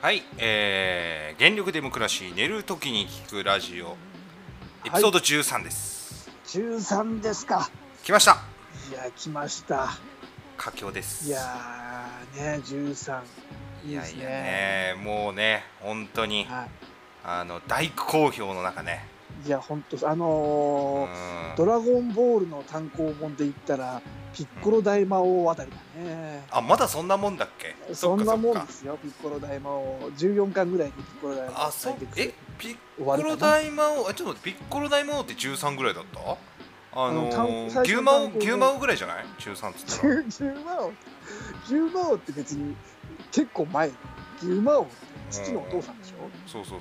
はい、えー、原力デモクラシー寝るときに聞くラジオエピソード13です、中三ですか。来ましたいや来ました。佳境ですいやーね十三いいいでやすいね。やねもうね本当にはあの大好評の中ねい。いや本当あうのーんドラゴンボールの単行本で言ったらピッコロ大魔王あたりだね。あまだそんなもんだっけそんなもんそっかですよピッコロ大魔王十四巻ぐらいでピッコロそっ大魔か王あそう出てくるえピッ終コわるロかな。大魔王あちょっと待ってピッコロ大魔王って13ぐらいだったあのあのー単最牛初の魔王単行本牛魔王ぐらいじゃない13っつったら十十魔王十魔王って別に結構前牛魔王って父のお父さんでしょ。そうそうそうそう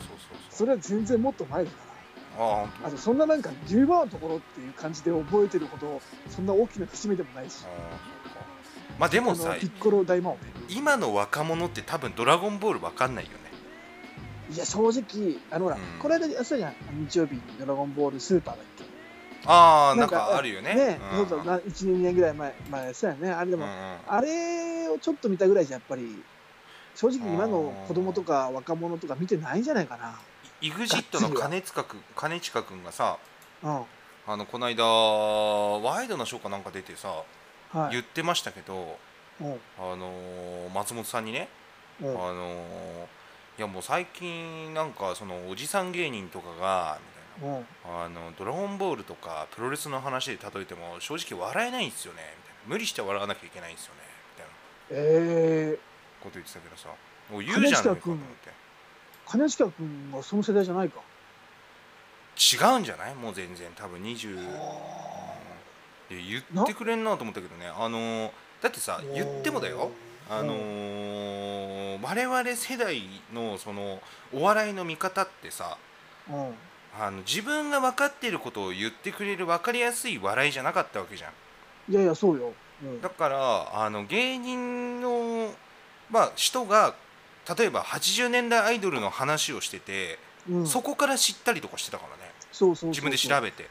そ そうれは全然もっと前だから。あほんとあとそんななんか10番のところっていう感じで覚えてるほどそんな大きな節目でもないしあーそっかまあでもあさのピッコロ大魔王ね今の若者って多分ドラゴンボールわかんないよねいや正直あのほら、うんこの間やってたじゃん日曜日に「ドラゴンボールスーパー」だっああけなんかあるよねね、うんそうそうな12年ぐらい前前やってたよねあれでうんも、うんあれをちょっと見たぐらいじゃやっぱり正直今の子供とか若者とか見てないんじゃないかな EXIT の金塚くん金近くんがさうんあのこの間ワイドなショーかなんか出てさ、はい言ってましたけどうんあのー松本さんにね、うんあのーいやもう最近なんかそのおじさん芸人とかがみたいうんな「あのドラゴンボール」とかプロレスの話で例えても正直笑えないんですよねみたいな無理して笑わなきゃいけないんですよねみたいなえー、こと言ってたけどさもう言うじゃんと金近思ってくん金近君はその世代じゃないか違うんじゃないもう全然多分20いや言ってくれんなと思ったけどねあのーだってさ言ってもだよあのー我々世代のそのお笑いの見方ってさうんうんあの自分が分かっていることを言ってくれる分かりやすい笑いじゃなかったわけじゃんいやいやそうよ、うんだからあの芸人の、まあ、人が例えば80年代アイドルの話をしてて、うん、そこから知ったりとかしてたからねそうそうそうそう自分で調べて、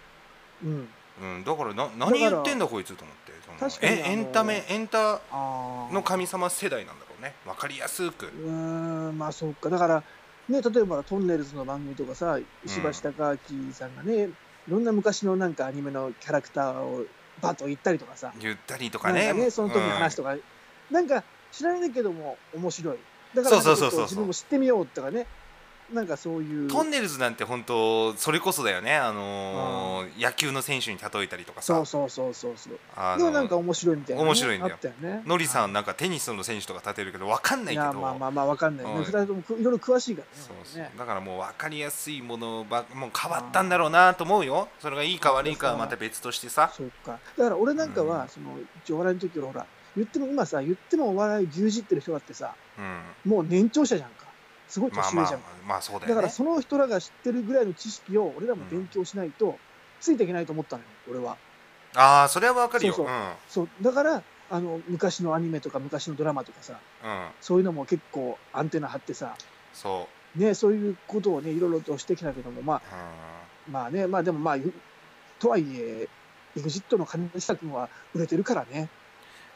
うん、うん、だからな何言ってんだこいつと思ってその確かにえあのエンタメエンタあーの神様世代なんだろうね分かりやすくうーんまあそうかだからね例えばトンネルズの番組とかさ石橋貴明さんがね、いろんな昔のなんかアニメのキャラクターをバッと言ったりとかさ言ったりとかなんねかねその時の話ととか、なんか知らないけども面白いだからそうそうそうそうなんかちょっと自分も知ってみようとかねなんかそういうトンネルズなんて本当それこそだよね、あのー野球の選手に例えたりとかそさうそうそうそうそうあでもなんかの面白いみたいなね、面白いんだよあったよねノリさんなんかテニスの選手とか立てるけど分かんないいけどやまあまあまあわかんないね、うん二人ともくいろいろ詳しいからねそうそうねだからもう分かりやすいものばもう変わったんだろうなと思うよそれがいいか悪いかはまた別としてさそうかだから俺なんかは、うんその一応お笑いの時ほら言っても今さ言ってもお笑いを牛耳ってる人だってさうんもう年長者じゃんかすごいまあ年ま上じゃんあか、まあそうだだよかねらその人らが知ってるぐらいの知識を俺らも勉強しないと、ついていけないと思ったのよ俺はああそれは分かるよそううそんそうだからあの昔のアニメとか昔のドラマとかさうんそういうのも結構アンテナ張ってさそねそういうことをねいろいろとしてきたけどもまあう、うんまあね、まあでもまあ、ゆとはいえ、EXIT の金下君は売れてるからね。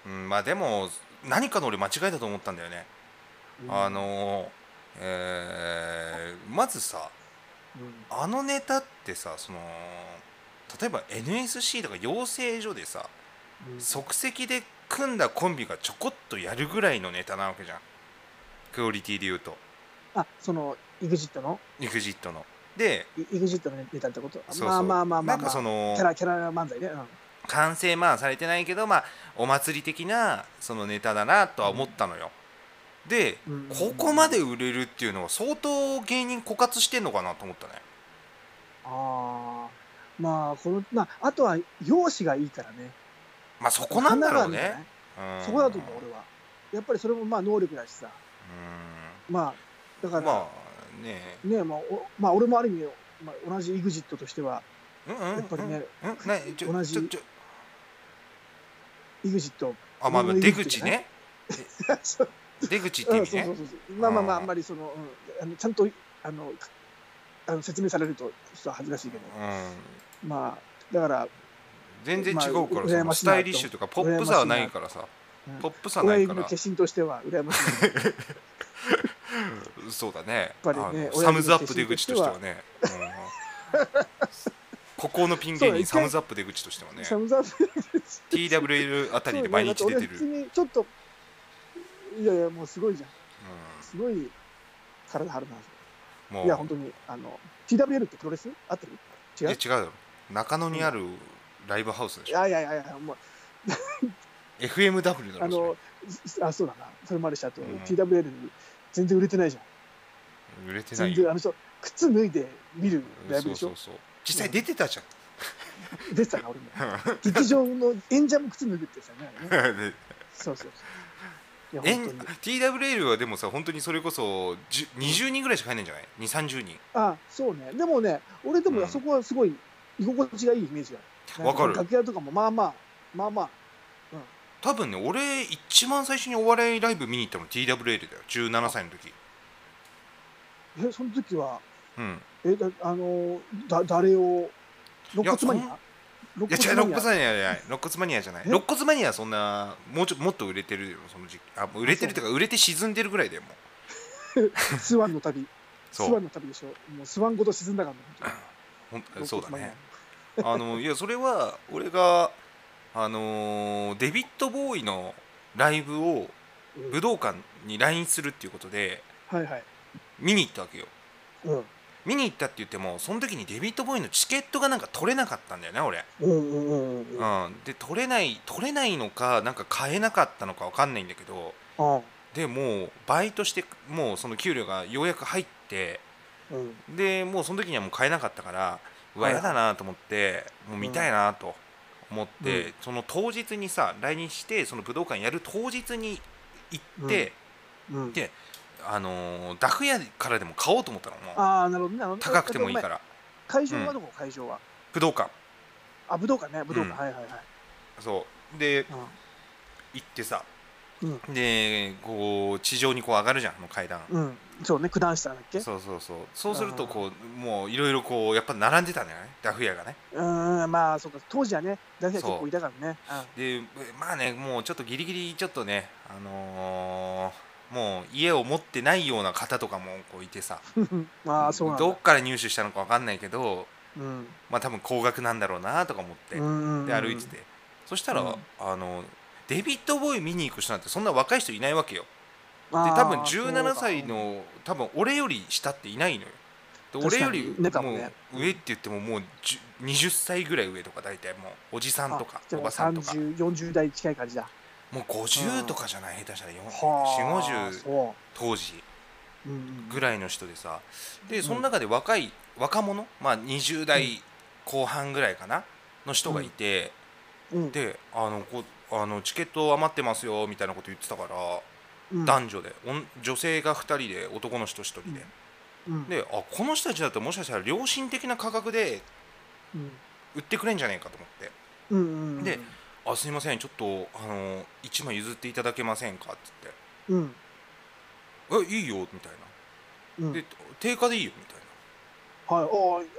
うん、まあでも何かの俺間違いだと思ったんだよね、うんあ、のーえーまずさうんあのネタってさその例えば NSC とか養成所でさうん即席で組んだコンビがちょこっとやるぐらいのネタなわけじゃんクオリティで言うとあ、その、EXIT の、 EXIT ので EXIT のネタってことそうそうまあまあまあまなあ、んまかそあ、のキャラ、キャラ漫才ね。うん完成まあされてないけどまあお祭り的なそのネタだなとは思ったのよでうんここまで売れるっていうのは相当芸人枯渇してんのかなと思ったねああ、まあ、この、まあ、あとは、容姿がいいからね。まあそこなんだろう神奈ね。うん川みたいなそこだと思う、俺は。やっぱりそれもまあ、能力だしさ。まあ、だうかんら、まあねね、まあ、おまあ、俺もある意味、まあ、同じ EXIT としては、うんうんやっぱりね、うんうんねちょ同じちょちょ EXIT、あまあまあ同出じ口ねそう出口ってう意ん、味そうそうねそうそう。まあまあまあ、あうんんまりその、うん、あのちゃんとあのかあの説明されるとちょっと恥ずかしいけど、うんまあだから、全然違うからまあさ羨ましスいなとタイリッシュとかポップさはないからさうんポップさはな親い指かのら化身としては羨ましい。そうだねぱりねあのサムズアップ出口としてはね、うんここのピン芸そう人一回サムズアップ出口としてはねサムズアップ TWL あたりで毎日出てる、そうねだって俺普通にちょっといやいやもうすごいじゃんすごい体張るなうん、もういや本当にあの TWL ってプロレス合ってるいや違違ううだろ中野にあるライブハウスでいしょ、やいやいやいやもう FMW だろあそれのすあそうだなそれまでしたと、うん TWL 全然売れてないじゃん売れてない全然よあの人靴脱いで見るライそブでうしょそうそう実際出てたじゃん出てたな俺も劇場の演者も靴脱ぐってさねあ れねでそうそうそういやえ本当に TWL はでもさ本当にそれこそじゅ20人ぐらいしか入んないんじゃない2 3 0人あそうねでもね俺でうんもあそこはすごい居心地がいいイメージがあるわかるなん楽屋とかもまあまあまあまあ多分ね俺一番最初にお笑いライブ見に行ったの TWL だよ17歳の時えその時はうんえだあのだ誰を肋骨マニいやア肋いや違うマロッニコアツマニアじゃないロッコツマニアじゃないえロッコツマニアはそんなもうちょもっと売れてるよその時期あもう売れてるというか売れて沈んでるぐらいだよもうスワンの旅 スそうワンの旅でしょもうスワンごと沈んだからねほん本当にそうだ肋骨マニアねあのいやそれは俺があのーデビッド・ボーイのライブをうん武道館に来日するっていうことではいはい見に行ったわけようん見に行ったって言ってもその時にデビッド・ボーイのチケットがなんか取れなかったんだよね俺、うんうんうんうんうんうん、で取れない取れないのかなんか買えなかったのかわかんないんだけどあでもうバイトしてもうその給料がようやく入ってうんでもうその時にはもう買えなかったからうわはいやだなと思ってもう見たいなと思って、うその当日にさ来日してその武道館やる当日に行って、うんであのーダフ屋からでも買おうと思ったのもうああなるほどねなるほど高くてもいいから会場はどこ会場は武道館あ武道館ね武道館うんはいはいはいそうでうん行ってさ、うでこう地上にこう上がるじゃんあの階段、うん、そうね、九段下だっけうそうそうそうそうするとこうもういろいろこうやっぱ並んでたんだよねダフ屋がねーん、まあ、そうか、当時はね、大学生そう結構いたからね。でまあねもうちょっとギリギリちょっとねあのーもう家を持ってないような方とかもこういてさうん、まあ、そうなんだ。どっから入手したのかわかんないけどうん、まあ多分高額なんだろうなとか思って、うんで歩いててそしたら、うんあのデビッド・ボーイ見に行く人なんてそんな若い人いないわけよで、で多分あー17歳、そうの多分俺より下っていないのよで確俺かよにりねかももねう上って言ってももう10 20歳ぐらい上とか大体もうおじさんかとかあじゃおあばさんとか30、40代近い感じだ。もうう50んとかじゃない下手したらは4050あそ当時う。うんぐらいの人でさでその中で若い若者まあ20代後半ぐらいかなの人がいてうん、うん、であのこうあのチケット余ってますよみたいなこと言ってたからうん、男女でおん女性が2人で男の人1人でうん、であこの人たちだともしかしたら良心的な価格でうん、売ってくれんじゃねえかと思ってうん、うん、うんで、「あすいませんちょっとあの1枚譲っていただけませんか」っつってうん、 「えいいよ」みたいな。うん、はでい、定価でいいよみたいああ、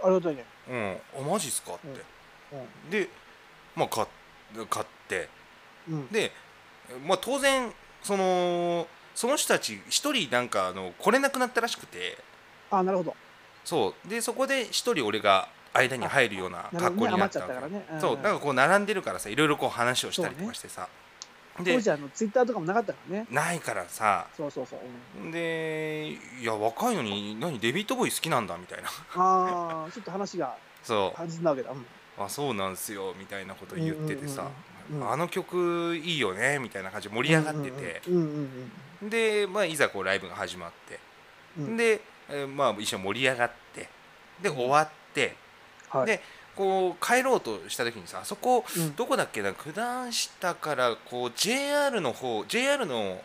ありがたいね。な「うんあマジっすか?」って、でまあ買っ買ってうん、うん、でまあ当然そのその人たち一人なんかあの来れなくなったらしくてあなるほど。そうでそこで一人俺が間に入るようななるほ格ど好ね、にな余っっちたゃったからねね。んそうなんかこう並んでるからさいろいろこう話をしたりとかしてさ、当で時あの、ツイッターとかもなかったからね。ないからさそうそうそう。うんでいや若いのに何デビットボーイ好きなんだみたいなああ、ちょっと話がそう弾んだわけだ。うんあそうなんすよみたいなこと言っててさ、うんうんうんうんあの曲いいよねみたいな感じで盛り上がってて、うんうんで、まあ、いざこうライブが始まって、うんうん、で、えーまあ、一緒に盛り上がってで終わってはいでこう帰ろうとした時にさあそこうんどこだっけな九段下からこう JR の方 JR の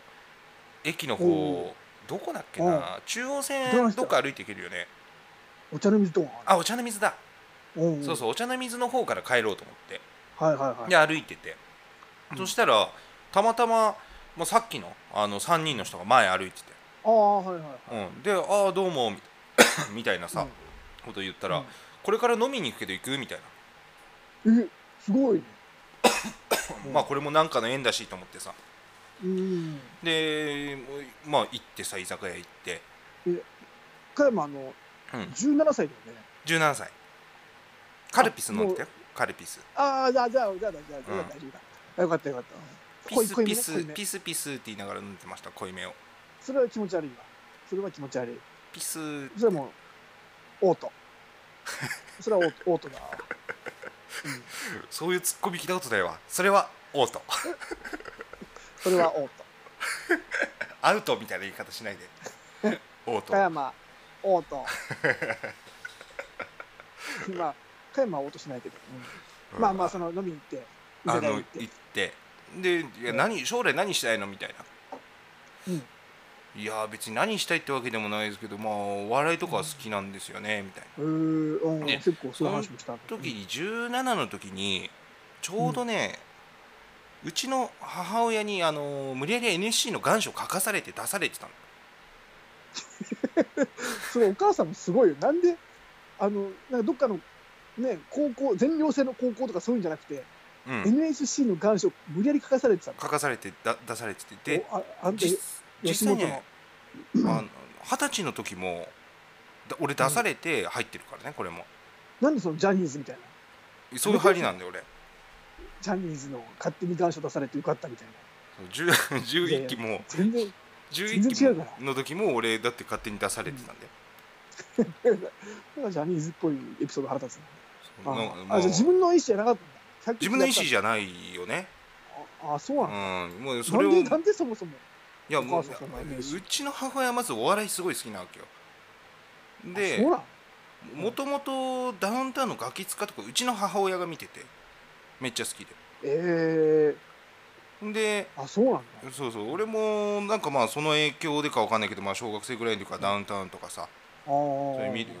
駅のお方どこだっけな中央九段線下どっか歩いていけるよねお茶の水とかあお茶の水だ、うんんそうそうお茶の水の方から帰ろうと思って。はいはいはいで歩いてて、うんそしたらたまたま、まあ、さっきのあの3人の人が前歩いてて、ああはいはいうん、で「ああどうもみ」みたいな さ、こと言ったら、これから飲みに行くけど行く?」みたいな、うんえすごいね まあこれもなんかの縁だしと思ってさうん。でまあ行ってさ居酒屋行って、加山、あの、うん、 17歳だよね。 17歳カルピス飲んでたよカルピスああ、じゃあ、じゃあ、じゃあ、じゃあ、じゃあ、大丈夫だ。あよかった、よかった。ピ濃いス濃いめピね、濃いスめ。ピスピスって言いながら飲んでました濃いめをそれは気持ち悪いわ。それは気持ち悪い。ピスそれはもう、オート。それはオートオートだわ。そういうツッコミ聞いたことないわそれはオート それはオート。アウトみたいな言い方しないで オート加山、オー ト。今、加山はオートしないけど。うんまあまあ、その飲みに行って、居あ酒屋の行行っ。っててでいや何将来何したいのみたいな、うんいや別に何したいってわけでもないですけどまあお笑いとかは好きなんですよね、みたいなうーうん、ね結構そういう話もしたんだけど時に17の時にちょうどね、うちの母親にあの無理やり NSC の願書を書かされて出されてたのそのお母さんもすごいよ。なんで、あの、なんかどっかの、ね、高校、全寮制の高校とかそういうんじゃなくて、うん、 NSC の願書、無理やり書かされてたの。書かされてだ出されててでおああんた実実吉際本にのね。あの二十歳の時もだ俺出されて入ってるからねこれもなんでそのジャニーズみたいな。そういう入りなんだよ俺ジャニーズの勝手に願書出されてよかったみたいな。 10 11期も全然、全11期然違うかもらの時も俺だって勝手に出されてたんで、なんかジャニーズっぽいエピソード腹立つそな。うなあもうあ、じゃあ自分の意思じゃなかったんだ。さっき自分の意思じゃないよね、ああ、そううなの、ん、もうそれをなんで、なんでそもそも。いやおも母うさんそんなイメージうちの母親はまずお笑いすごい好きなわけよあでそうなのもともとダウンタウンのガキ使とかうちの母親が見ててめっちゃ好きええでであ、そうなんだ。そうそう俺もなんかまあその影響でかわかんないけど、まあ、小学生ぐらいの時からダウンタウンとかさああ。そういう見る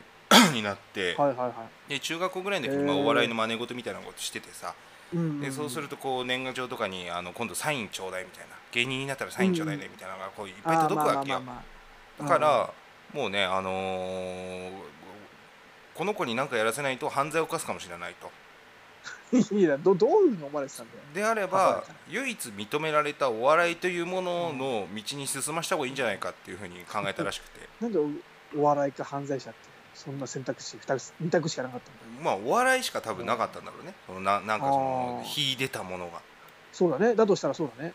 になって、はいはいはで中学校ぐらいの時にまあへーお笑いの真似事みたいなことしててさい。うんでそうするとこう年賀状とかにあの今度サインちょうだいみたいな芸人になったらサインちょうだいねみたいなのがこういっぱい届くわけよあーまあまあまあまだあから、もうね、あのーこの子に何かやらせないと犯罪を犯すかもしれないと。いやどどういうふうに思われてたんだよであれ母だばから唯一認められたお笑いというものの道に進ました方がいいんじゃないかっていうふうに考えたらしくて、なんでおお笑いか犯罪者ってそんな選択肢 2, つ二択しかなかったんだよまあお笑いしか多分なかったんだろうねそのななんかそのあー秀でたものが、そうだねだとしたらそうだね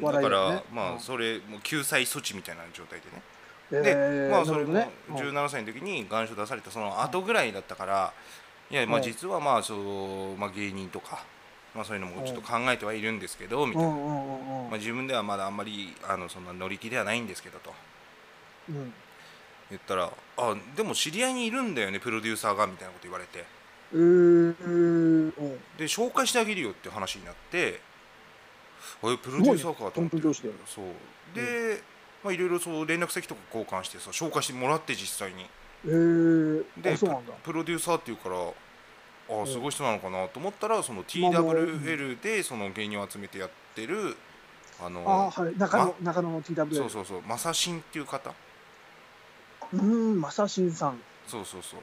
うんお笑だいかだよら、ねまうあんそれもう救済措置みたいな状態でねで、えーまあそれもなるほどね17歳の時に願書出されたその後ぐらいだったから、いやまあうん実はまあそう、まあ、芸人とか、まあ、そういうのもちょっと考えてはいるんですけど、みうたいな、んうんうんうんまあ、自分ではまだあんまりあのそんな乗り気ではないんですけどとうん言ったら「あでも知り合いにいるんだよねプロデューサーが」みたいなこと言われてうーうんで紹介してあげるよって話になって「あえプロデューサーか」とト思ンっプてン教師だよそうで、まあ、いろいろそう連絡先とか交換してさ紹介してもらって実際に。えー、であそうなんだプロデューサーっていうからあうあんすごい人なのかなと思ったらそのまあもう TWL でその芸人を集めてやってるあのあはい中野中野の TW そうそうそうマサシンっていう方うーんまさしんさんそうそうそう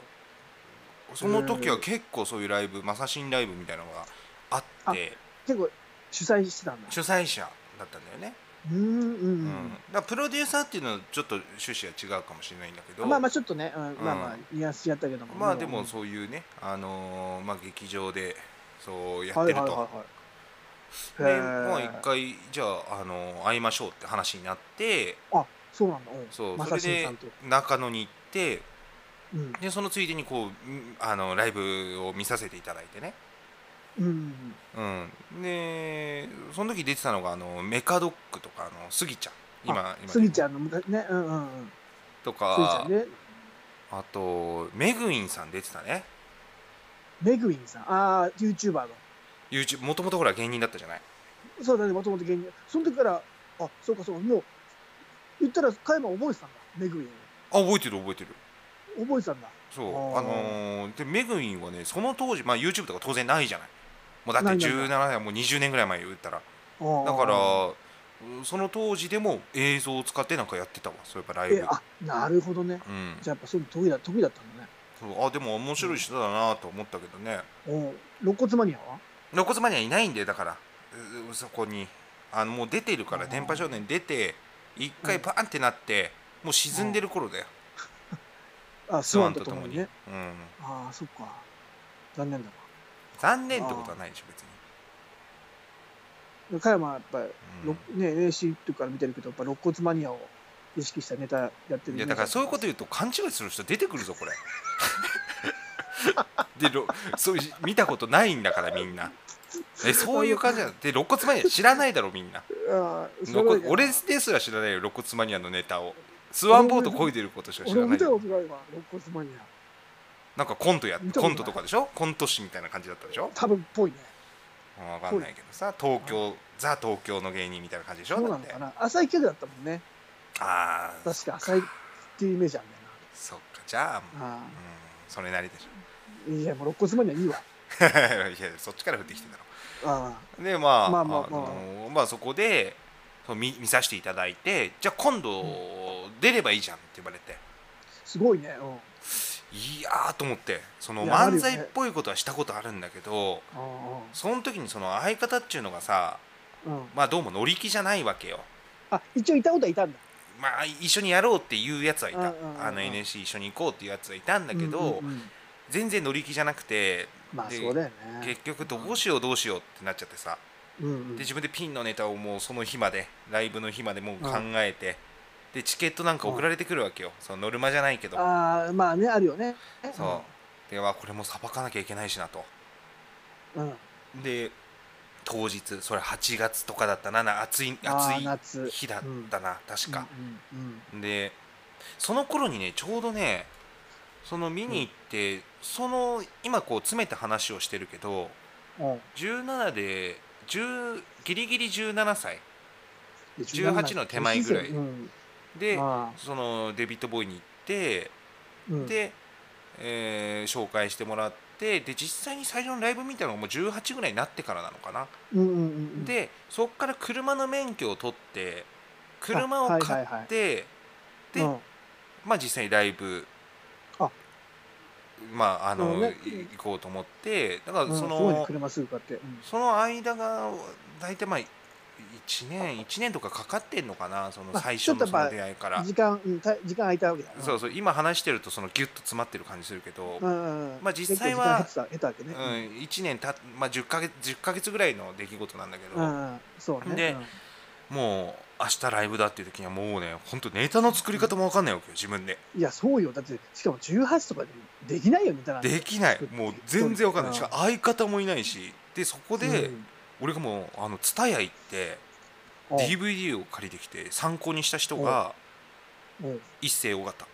その時は結構そういうライブマサシンライブみたいなのがあって結構主催してたんだ主催者だったんだよね、うーんうんうんうだんからプロデューサーっていうのはちょっと趣旨は違うかもしれないんだけどまあまあちょっとね、うんまあまうあニュアンスやったけどもまあでもうそういうね、あのーまあ、劇場でそうやんっはているはいと。はいではいへまあー一回じゃあ、あの会いましょうって話になってあそうなんだ。うん、そうまそされしんでさんと。中野に行ってうん。でそのついでにこうんあのライブを見させていただいてね、うん。うん、でその時出てたのがあのメカドックとかあのスギちゃん今あ今スギちゃんの昔ね、うんうんうん。とスギちゃかんね。あとメグインさん出てたねメグウィンさん。ああ、YouTuber の。 YouTube もともとほら芸人だったじゃないそうだね、もともと芸人。その時から、あそうかそうか、もう、言ったら、加山覚えてたんだ、メグウィあ覚えてる覚えてるン。覚えてたんだ。そうあーあのーでメグインはねその当時、まあ、YouTube とか当然ないじゃないもうだってないないない17年もう20年ぐらい前言ったらあーだからうんその当時でも映像を使ってなんかやってたわそういえばライブ、え、あなるほどね。うん、じゃあ、やっぱそういうの得意だ得意だったんだね。そうあでも面白い人だなと思ったけどねおー肋骨マニアは露骨マニアいないんでだからううそこにあのもう出てるから電波少年出て一回パーンってなってもう沈んでる頃だよあ、ススワワンンととととももににうんね。ああ、そっか。残念だ残念ってことはないでしょ別にな。加山はやっぱり、うろんね、NSC とかから見てるけど、やっぱ肋骨マニアを意識したネタやってるいやだからそういうこと言うと勘違いする人出てくるぞこれ でろそういう見たことないんだからみんなえそういう感じなんだで肋骨マニア知らないだろみんなと。ああ、す肋ごい骨な俺ですら知らないよ肋骨マニアのネタをスワンボート漕いでることしか知俺らな見いたよことないわ、肋骨マニア。なんかコントや見たこコンとないトとかでしょコント師みたいな感じだったでしょ多分っぽいね。分かんないけどさ東京ザ東京の芸人みたいな感じでしょそうだなっのてかな。浅いキャラだったもんね。ああ確か浅いっていうイメージあるんだよそっかじゃあ、うん、な。あそれなりでしょ あ。いや、もう肋骨マニアいいわ。いやそっちから降ってきてんだろあでまあままああまあのーまあそこでそう見見させていただいてじゃあ今度出ればいいじゃんって言われてあ、すごいね。うん。あいやーと思ってそのいやあるよね漫才っぽいことはしたことあるんだけどあその時にその相方っていうのがさうんうん。まあどうも乗り気じゃないわけよあ、一応いたことはいたんだ。まあ一緒にやろうっていうやつはいたうんうんうんうんあの NSC 一緒に行こうっていうやつはいたんだけど、うんうんうん全然乗り気じゃなくてまあ、でそうだよね。結局どうしようどうしようってなっちゃってさうんうんで自分でピンのネタをもうその日までライブの日までもう考えて、でチケットなんか送られてくるわけよ、そのノルマじゃないけどああ、まあね、あるよね。そうではこれもさばかなきゃいけないしなとうん。うん。で当日それ8月とかだったなな暑い暑あーい夏日だったな、確か、うんうんでその頃にねちょうどねその見に行って、その今こう詰めて話をしてるけどうんうん17で10ギリギリ17歳で18の手前ぐらいうんで、あそのデビットボーイに行って、ーうんで、えー紹介してもらってで実際に最初のライブみたいなのがもう18ぐらいになってからなのかな、うんうんうんうん、でそっから車の免許を取って車あはをいは買いはいって、で、うんまあ実際にライブあまああの、うんねい行こうと思ってだからうんそすごいねの、車すぐ買って、うんその間が大体まあ1年1年とかかかってんのかなそのまあ最初のそちょっとやのっぱ出会いから。時間、うん、た時間空いたわけだそうそう今話してるとそのギュッと詰まってる感じするけど、んうんうんまあ実際は結構時間経ってた経うんったわけね1年たっ、まあ、10, ヶ月10ヶ月ぐらいの出来事なんだけど、うん、うんうんそうねでうんもう明日ライブだっていう時にはもうね本当ネタの作り方も分かんないわけよ自分でいやそうよだってしかも18とかでできないよみたいなできないもう全然分かんないしかもあ相方もいないしでそこで俺がもうあの TSUTAYA 行ってうん DVD を借りてきて参考にした人がうん うん一世尾形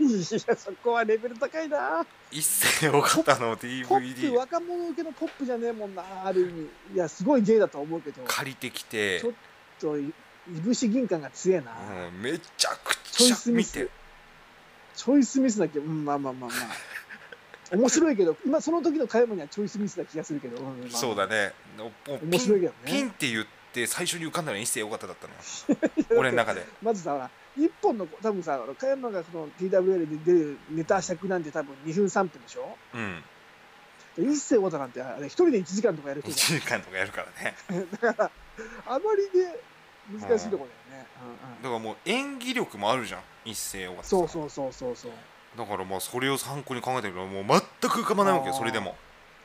いやそこはレベル高いな一世尾形のポッ DVD プ若者受けのポップじゃねえもんなある意味いやすごい芸だと思うけど借りてきてちょっといぶし銀感が強えな、うんめちゃくチョイちゃスミ見スてチョイスミスだけど、うん、まあまあまあまあ。面白いけど、今その時の加山にはチョイスミスな気がするけど、うんまあそうだね。もうピン面白いけどねピンって言って最初に浮かんだのは一世尾形だったの よ。俺の中で。まずさ、ほら一本の、多分さ、加山がその TWL で出るネタ尺なんて多分2分3分でしょ うん。で一世太田なんて、あれ一人で1時間とかやる人1じ時間とかやるからね。ゃん。だから、 あまりね、難しいとこだよね。うんうんだからもう演技力もあるじゃん。一世尾形。そうそうそうそうそう。だからまあそれを参考に考えてるけど、もう全く浮かばないわけよ、あーそれでも。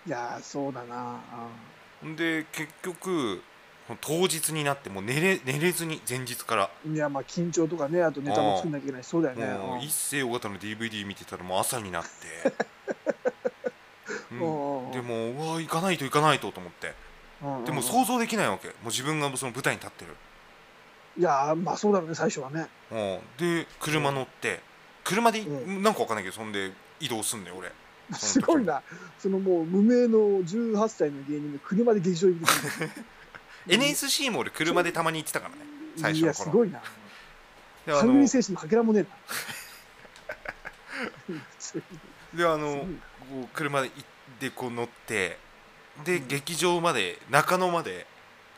いやー、そうだな。で、結局、当日になってもう寝れ寝れずに前日からうんいや、まあ緊張とかね、あとネタも作んなきゃいけないし、そうだよね。もう一世尾形の DVD 見てたらもう朝になって、 ううんん、うんでもううわ行かないと行かないとと思ってうんうんでも想像できないわけもう自分がその舞台に立ってるいやーまあそうだろうね最初はねうんで車乗って車でい、うなんかわかんないけどそんで移動すんだよ俺すごいなそのもう無名の18歳の芸人が車で劇場に行く NSC も俺車でたまに行ってたからね最初いのや頃すごいなであ探りの精神のかけらもねえなすで あごいのなこう車で行ってこう乗ってで、うん劇場まで中野まで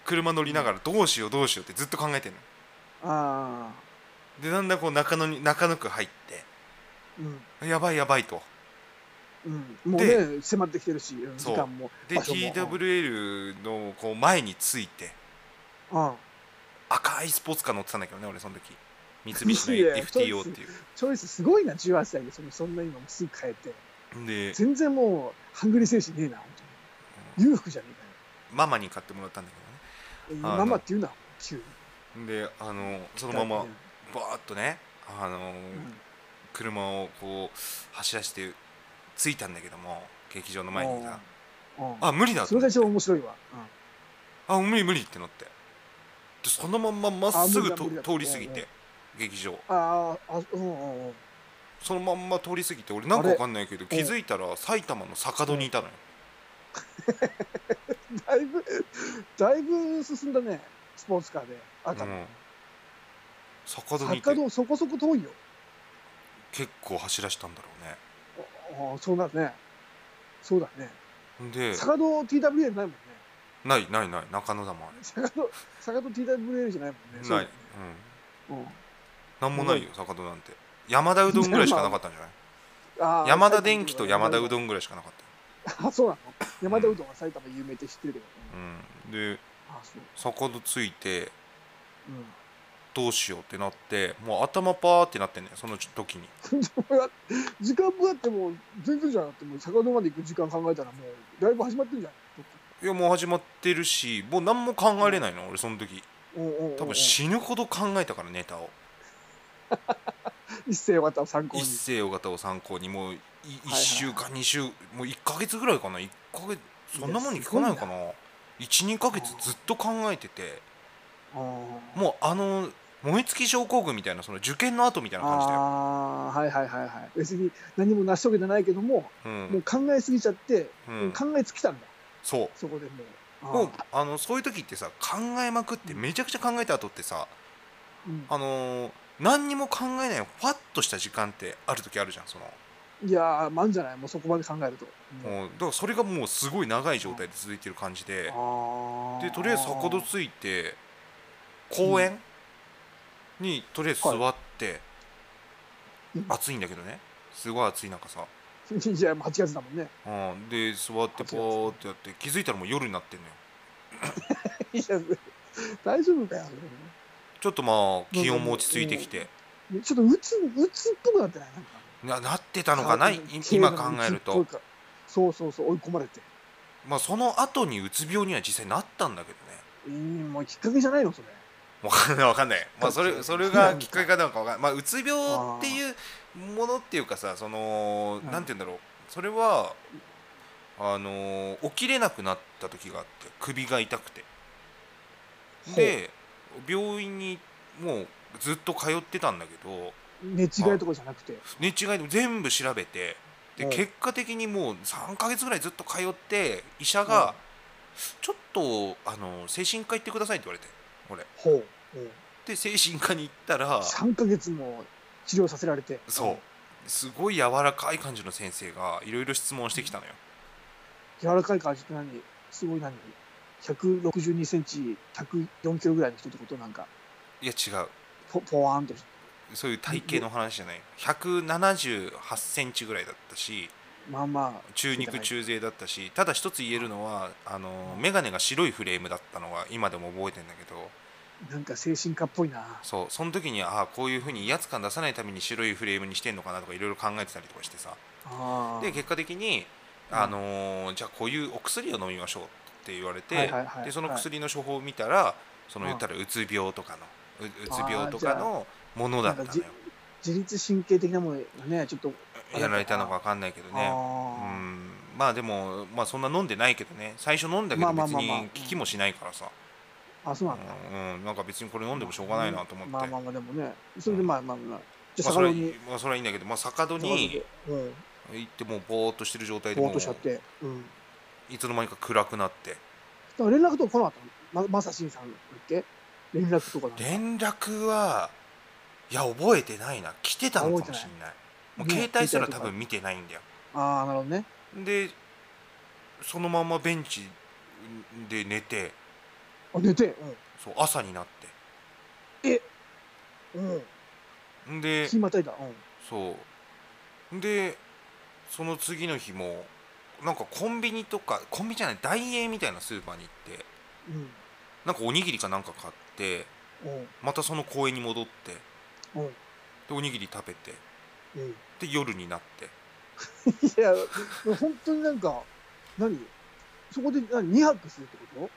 車乗りながらどうしようどうしようってずっと考えてるの あでだんだんこう中野に中野区入っーうんてやばいやばいとうん、もうね迫ってきてるしうん時そう間もで場所も TWL のこう前に着いてうん、赤いスポーツカー乗ってたんだけどね俺その時三菱の FTO っていチョイスすごいな18歳でそのそんな今もすぐ変えてうで全然もうハングリー精神ねえな本当に裕福じゃねママに買ってもらったんだえかあよのママっていうのは急にけどねであのそのままバーッとねあのうん車をこう走らせて着いたんだけども劇場の前にさうんうんあ無理だとそれ思がって一番面白いわ、あ無理無理ってなってでそのまんままっすぐあと無理だ無理だ通り過ぎうんうて劇場うん、あーあうんうんうんそのまんま通り過ぎて俺なんかわかんないけど気づいたら埼玉の坂戸にいたのよだいぶだいぶ進んだねスポーツカーで赤うんの、坂戸にいて坂戸そこそこ遠いよ結構走らしたんだろああそうだねそうだねうねで坂戸 TWL ないもんねないないない中野だもんあ坂戸坂戸 TWL じゃないもんれなねいそううだねんうんなんもないよ坂戸なんて山田うどんぐらいしかなかったんじゃない あー山田電機と山田うどんぐらいしかなかったよあそうなの山田うどんは埼玉有名って知ってるけど、ねうんであそう、坂戸着いてうんどうしようってなってもう頭パーってなってんねその時に時間もだってもう全然じゃなくてもう坂戸まで行く時間考えたらもうだいぶ始まってんじゃんいやもう始まってるしもう何も考えれないの俺その時おうおうおう多分死ぬほど考えたからネタを一斉よかったを参考に一世尾形を参考にもういい1週間2週もう1か月ぐらいかな1か月そんなもんに聞かないのかな12か月ずっと考えててももうあの燃え尽き症候群みたいなその受験の後みたいな感じだよ、ああーはいはいはいはい別に何も成し遂げてないけども、うもうん考えすぎちゃって、うん、考え尽きたんだそうそこでもうもうあのそういう時ってさ考えまくってめちゃくちゃ考えた後ってさうんあのー何にも考えないファッとした時間ってある時あるじゃんその、いやーまんじゃないもうそこまで考えると、もうだからそれがもうすごい長い状態で続いてる感じで、あーでとりあえず坂戸着いて公園にとりあえず座って、うん暑いんだけどねすごい暑い中さ、いやもう8月だもんねうん、で座ってポーってやって気づいたらもう夜になってんのよいや大丈夫かよちょっとまあ気温も落ち着いてきて、ちょっとうつうつっぽくなってないなんかななってたのかない軽い今考える軽と、いかそうそうそう追い込まれてまあ、その後にうつ病には実際なったんだけどねいいもうきっかけじゃないのそれわかんないわかんない、まあ、そそうそれうそれがきっかけかどうかわかんない、まあ、うつ病っていうものっていうかさそのうんなんて言うんだろうそれはあのー起きれなくなった時があって首が痛くてで病院にもうずっと通ってたんだけど寝違いとかじゃなくて寝違いでも全部調べてでうん結果的にもう3ヶ月ぐらいずっと通って医者が「ちょっとあの精神科行ってください」って言われて俺。ほうほうで精神科に行った ら3か月も治療させられてそうすごい柔らかい感じの先生がいろいろ質問してきたのよ柔らかい感じって何すごい何1 6 2センチ1 0 4キロぐらいの人ってことなんかいや違うポポワーンとそういう体型の話じゃない1 7 8ンチぐらいだったしまあまあ中肉中背だったしただ一つ言えるのはあの眼鏡が白いフレームだったのが今でも覚えてんだけどなんか精神科っぽいなそうその時にああこういうふうに威圧感出さないために白いフレームにしてんのかなとかいろいろ考えてたりとかしてさあーで結果的に、うんあのーじゃあこういうお薬を飲みましょうって言われて、はいはいはいでそのはい薬の処方を見たら、その言ったらうつ病とかのううつ病とかのものだったなんのかよじ自律神経的なものがねちょっとやられたのかわかんないけどねうあんまあでも、まあ、そんな飲んでないけどね最初飲んだけまどあまあ別まあまあに効きもしないからさーあそうなんだ、うんうんなんか別にこれ飲んでもしょうがないなと思って、まあまあまあでもねそれでまあまあまあじゃまああそ坂れは戸にまあそれはいいんだけど、まあ、坂戸坂戸にでうん行ってもうぼーっとしてる状態でぼーもっとしちゃってうんういつの間にか暗くなってだから連絡とか来なかったのままさしんさんだっけ連絡とかなんか連絡はいや覚えてないな来てたのかもしれないもうね携帯すら多分見てないんだよああなるほどねでそのままベンチで寝てあ寝てそう朝になっうんうんてんで気またいだうんそうでその次の日もなんかコンビニとかコンビニじゃないダイエーみたいなスーパーに行ってうんなんかおにぎりかなんか買ってうんまたその公園に戻ってうんでおにぎり食べて うん、いで夜になってやもう本当になんか何そこで何2泊するって こ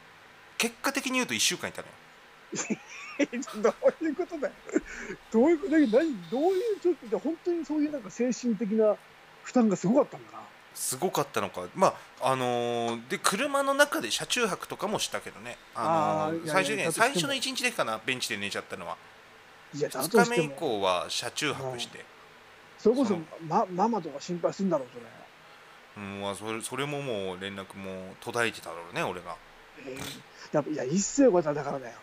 結果的に言うと1週間いたのよとどういうことだよ どういうこと何どういうちょっと本当にそういうなんか精神的な負担がすごかったんだなすごかったのかまああのーで車の中で車中泊とかもしたけどね、あのーあーいや最初いやねだとして最初もの1日だけかなベンチで寝ちゃったのはいやだと2日し目て以も降は車中泊してそれこそそのまママとか心配するんだろうそれうんまあそれそれももう連絡も途絶えてただろうね俺がえーやっぱいや一世はだからだよ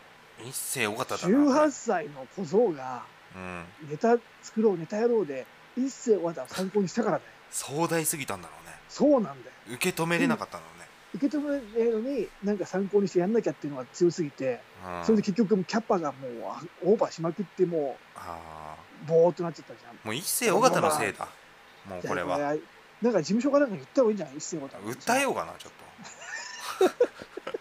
一世尾形だな18歳の小僧がうん、ネタ作ろうネタやろうで一世はだを参考にしたからだよ壮大すぎたんだろそうなんだようね受け止めれなかったんだろうね、受け止めるのになんか参考にしてやんなきゃっていうのが強すぎてうんそれで結局キャッパがもうあオーバーしまくってもああうボーっとなっちゃったじゃんもう一世尾形のせいだもうこれいはやいやなんか事務所かなんか言った方がいいんじゃない一世はだ訴えようかなちょっ と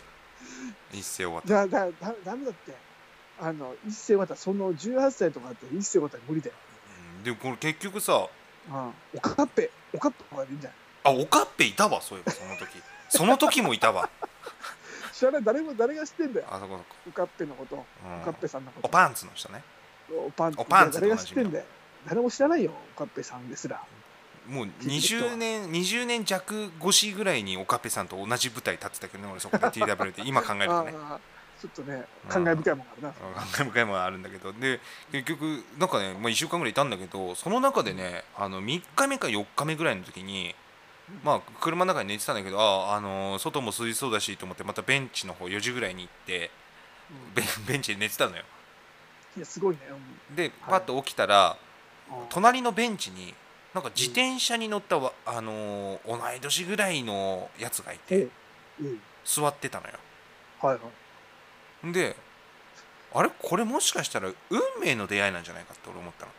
一世尾形だだだダメだってあの一世はだその18歳とかだって一世はだ無理だようんでもこれ結局さうん、おかっぺ、おかっぺの方がいいんじゃないあおかっぺいたわそういえばその時その時もいたわ知らない、誰も、誰が知ってんだよ。あそこそこ、おかっぺのこと、うおんかっぺさんのこおと。パンツの人ねおパンツおパンツ誰が知ってんだよ。誰も知らないよ、おかっぺさんですら。もう20年20年弱越しぐらいにおかっぺさんと同じ舞台立ってたけどね俺そこで TW って今考えるとねああちょっとね、うん感慨深いもんあるな。考え深いものあるんだけどで結局なんかね、まあ、1週間ぐらいいたんだけどその中でねあの3日目か4日目ぐらいの時に、まあ、車の中に寝てたんだけどああの外も涼しそうだしと思ってまたベンチの方4時ぐらいに行ってうんベン ベンチで寝てたのよいや、すごいね。でパッと起きたら、うんうん隣のベンチになんか自転車に乗ったわ、あの同い年ぐらいのやつがいてえうん座ってたのよはいはい。であれこれもしかしたら運命の出会いなんじゃないかって俺思ったの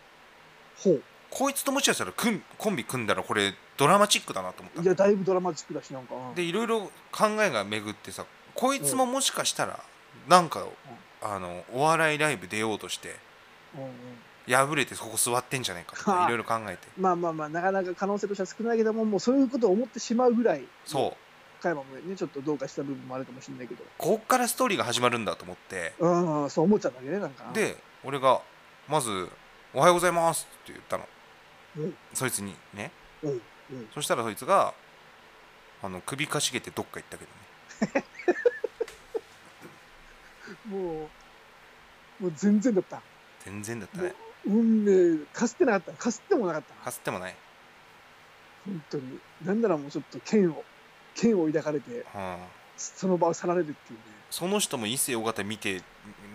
ほう。こいつともしかしたらくんコンビ組んだらこれドラマチックだなと思ったいのや、だいぶドラマチックだし、なんか。うんでいろいろ考えが巡ってさこいつももしかしたらなんかあのお笑いライブ出ようとしてうんうん破れてそこ座ってんじゃないかとかはいろいろ考えてまあまあまあ、なかなか可能性としては少ないけども、もうそういうことを思ってしまうぐらい、そう加山もね、ちょっとどうかした部分もあるかもしれないけど。こっからストーリーが始まるんだと思ってうんうん、そう思っちゃったわけね、なんか。、で俺がまず「おはようございます」って言ったのうんそいつにねうん、うん。そしたらそいつがあの首かしげてどっか行ったけどねもう、もう全然だった。全然だったね運命、かすってなかった。かすってもなかった。かすってもない、本当に。なんならもうちょっと剣を、剣を抱かれて、うん、その場を去られるっていうね。その人も伊勢尾形見て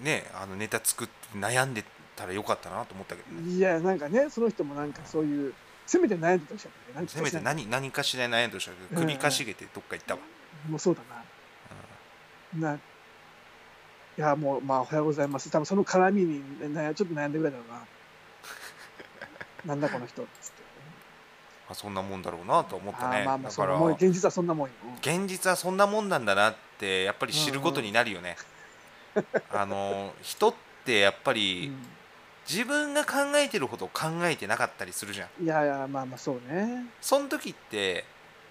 ねあのネタ作って悩んでたらよかったなと思ったけどねいや、なんかね、その人もなんかそういう、せめて悩んでたしちゃったね。なんかせめて何何かしら悩んでほしいけど首かしげてどっか行ったわ、もうそうだな。な、いや、もう、まあ、おはようございます。多分その絡みに、なちょっと悩んでぐらいだろう な。なんだこの人っつって。まあ、そんなもんだろうなと思ったあねーまあまあ、だそかんならもん、現実はそんなもんよ。うん現実はそんなもんなんだなってやっぱり知ることになるよね、あの人ってやっぱり自分が考えてるほど考えてなかったりするじゃんいやいや、まあまあ、そうね。その時って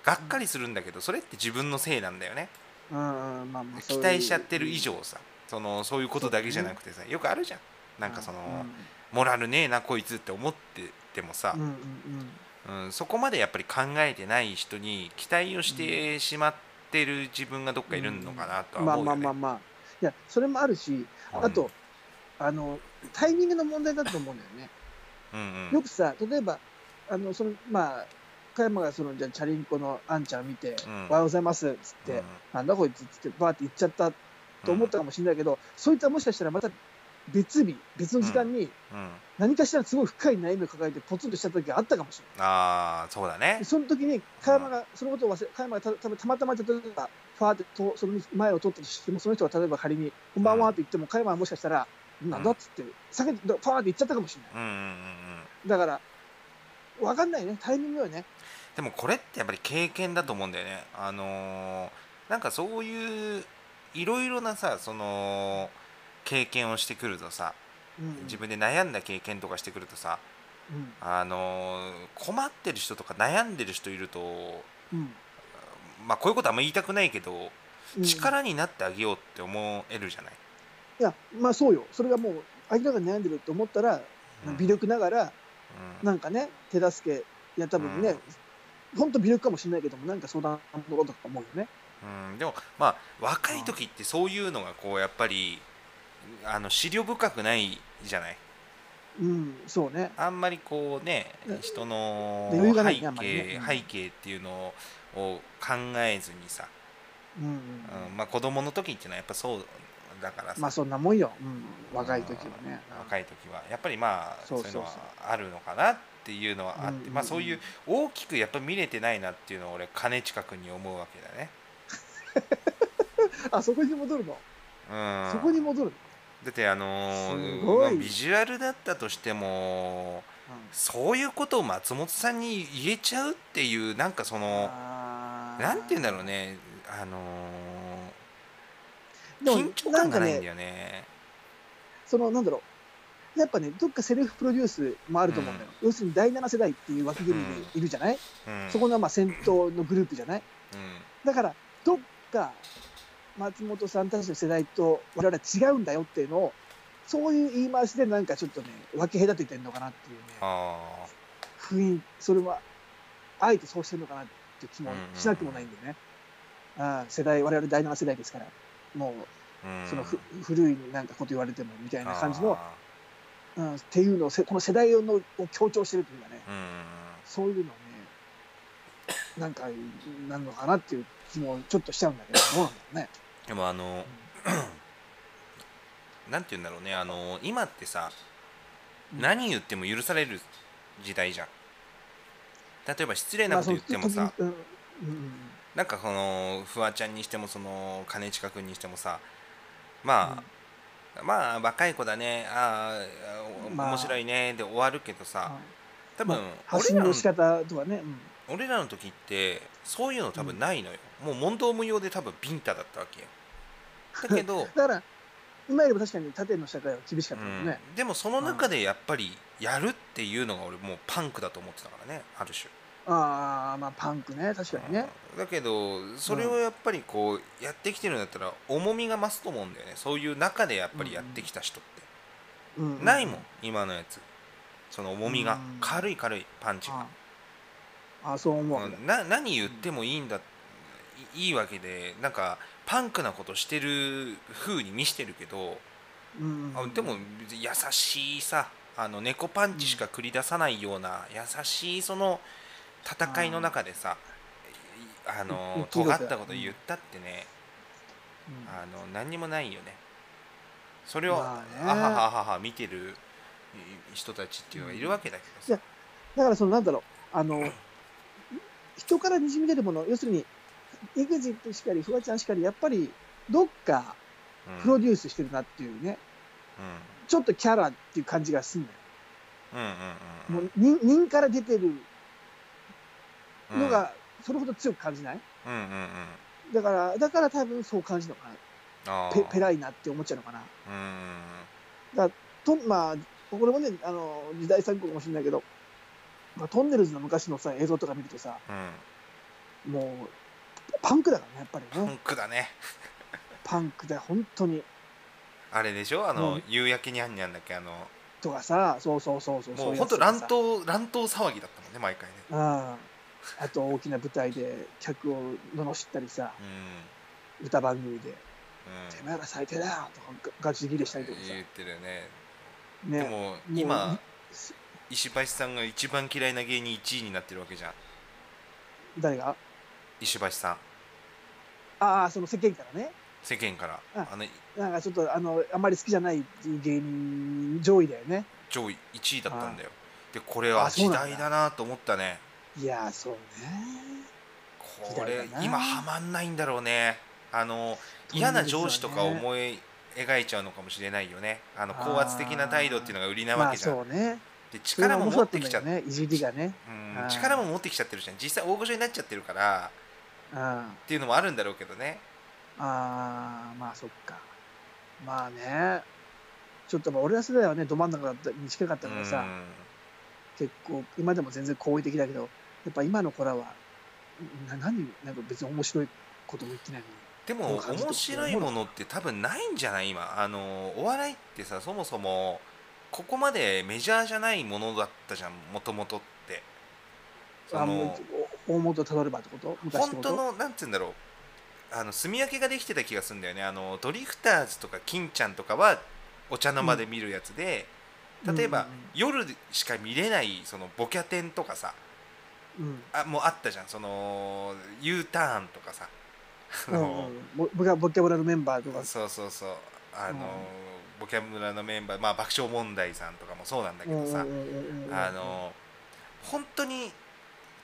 がっかりするんだけどそれって自分のせいなんだよねうんうん、まあまあ、期待しちゃってる以上さそのそういうことだけじゃなくてさよくあるじゃんななんかその、モラルねえなこいつって思っててもさうん、うんうんうん、そこまでやっぱり考えてない人に期待をしてしまってる自分がどっかいるのかなとうはん、まあ思うまあよまあね。まあ、いや、それもあるし、うんあと、あの、タイミングの問題だと思うんだよね。うんうよんくさ、例えば、あの、その、まあ、加山がその、じゃあチャリンコのあんちゃん見て、うんおはようございますっつって、うんなんだこいつっつって、バーって行っちゃったと思ったかもしれないけど、そいつはもしかしたらまた別日、別の時間に、うん、何かしらすごい深い悩みを抱えて、ポツンとしちゃった時があったかもしれない。ああそうだねで。その時に、加山が、そのことを忘れ、加山がたたたまたま、例えば、ファーってと、その前を通ったとしても、その人が例えば仮に、こんばんはって言っても、加山はもしかしたら、なんだっつって、下げて、ファーって言っちゃったかもしれない。うんうんうんうん、だから、わかんないね、タイミングよね。でもこれってやっぱり経験だと思うんだよね。あのーなんかそういういろいろなさその経験をしてくるとさうん自分で悩んだ経験とかしてくるとさうんあの困ってる人とか悩んでる人いるとうんまあこういうことあんま言いたくないけどうん力になってあげようって思えるじゃない、いやまあそうよそれがもう明らかに悩んでると思ったらうん微力ながらうんなんかね手助けいや多分ね、ほんと微力かもしれないけどもなんか相談のこととか思うよねうんでもまあ若い時ってそういうのがこうやっぱりあの資料深くないじゃないうんそうねあんまりこうねうん人の余裕がな背いねあんまり景ねうん背景っていうのを考えずにさ、うん、うんまあ、子供の時っていうのはやっぱそうだからさ、まあそんなもんよ、うん、若い時はね若い時はやっぱりまあそそうういうのそうはあるのかなっていうのはあっうんうんてうんまあそういう大きくやっぱ見れてないなっていうのを俺金近くに思うわけだね。あそこに戻るの、うん、そこに戻るだってあのーすごいまあビジュアルだったとしてもの、そういうことを松本さんに言えちゃうっていうなんかそのなんて言うんだろうねあのー緊張感がないんだよよねそのなんだろうやっぱねどっかセルフプロデュースもあると思うんだよ、要するに第7世代っていう枠組みでいるじゃない、うんそこのまあ先頭のグループじゃないうんだからどっか松本さんたちの世代と我々は違うんだよっていうのをそういう言い回しでなんかちょっとね分け隔ててるのかなっていうねあ雰囲気それはあえてそうしてるのかなっていう気もしなくもないんだよね、ああ世代我々第7世代ですからもーううんそのふ、古いなんかこと言われてもみたいな感じの、あうん、っていうのをせこの世代のを強調してるというかねーうんそういうのねなんかなんのかなっていう気もちょっとしちゃうんだけどどうなんだろうね。でもあのなんて言うんだろうねあのー今ってさうん何言っても許される時代じゃん例えば失礼なまあこと言ってもさ、そのうんうんなんかこのフワちゃんにしてもその金近くんにしてもさうまんあ、まあ若い子だねあーあーまあ面白いねで終わるけどさ、多分まあ発俺信らのの仕方とかね、うん俺らの時ってそういうの多分ないのよ、もう問答無用で多分ビンタだったわけよだ けど、だから今よりも確かに縦の社会は厳しかったもんね、うんでもその中でやっぱりやるっていうのが俺もうパンクだと思ってたからねある種ああまあパンクね確かにね、うんだけどそれをやっぱりこうやってきてるんだったら重みが増すと思うんだよねそういう中でやっぱりやってきた人って、うんないもん今のやつその重みが、うん軽い軽いパンチがあ、あそう思う、うんな何言ってもいいんだいいいわけでなんかパンクなことしてる風に見してるけど、うんあでも別に優しいさあの猫パンチしか繰り出さないような優しいその戦いの中でさあのうん尖ったこと言ったってね、うんあの何にもないよねそれを、まあねあはははは見てるい人たちっていうのがいるわけだけどさ、だからそのなんだろうあの人からにじみ出るもの要するに EXIT しかりフワちゃんしかりやっぱりどっかうんプロデュースしてるなっていうね、ちょっとキャラっていう感じがすんだようんうんうんうんもう人人から出てるうんのがそれほど強く感じない、うんうんうんだからだから多分そう感じるのかあなーペペライなって思っちゃうのかなうんうんとまあこれもねあの時代錯誤かもしれないけど、まあ、トンネルズの昔のさ映像とか見るとさうんうんもうパンクだからねやっぱりパねンクだねパンクで本当にあれでしょあの、うん夕焼けにゃんにゃんだっけあのとかさそうそうそうそうもそういほんやつととか乱さ闘乱闘騒ぎだったもんね毎回ねうんあと大きな舞台で客を罵ったりさうん歌番組でうん「てめえら最低だよ」とかガガチギレしたりとかさ言ってるよねでねもう今石橋さんが一番嫌いな芸人1位になってるわけじゃん誰が石橋さんああその世間からね世間からああのなんかちょっとあのあんまり好きじゃない芸人上位だよね。上位1位だったんだよでこれあはそ時うなん代だだなと思ったねいやーそうね。これ時代だな今はまんないんだろうねあのそう嫌なんなですよね上司とか思い描いちゃうのかもしれないよねあの高圧的な態度っていうのが売りなわけじゃん、まあそうね。でそ力れがも持面白っかってたんきだちゃよう、ね。いじりがね。うんあー力も持ってきちゃってるじゃん実際大御所になっちゃってるからうん。あっていうのもあるんだろうけどねあああ、まあそっか。まあね。ちょっとまあ俺ら世代はね、ど真ん中だったに近かったからさ、結構、今でも全然好意的だけど、やっぱ今の子らは、な何、なんか別に面白いことも言ってないのに。でも面白いものって多分ないんじゃない今あのお笑いってさそもそもここまでメジャーじゃないものだったじゃんもともとってそあものう大元たどればってこと昔って本こと当のなんて言うんだろうあの住み分けができてた気がするんだよねあのドリフターズとか金ちゃんとかはお茶の間で見るやつで、例えば、夜しか見れないそのボキャテンとかさうんうんあもうあったじゃんその U ターンとかさあうんのうんうんぼ僕がボキャブラのメンバーとか、そうそうそうあの、うんボキャブラのメンバー、まあ、爆笑問題さんとかもそうなんだけうんどうんさ、うんうんあの本当に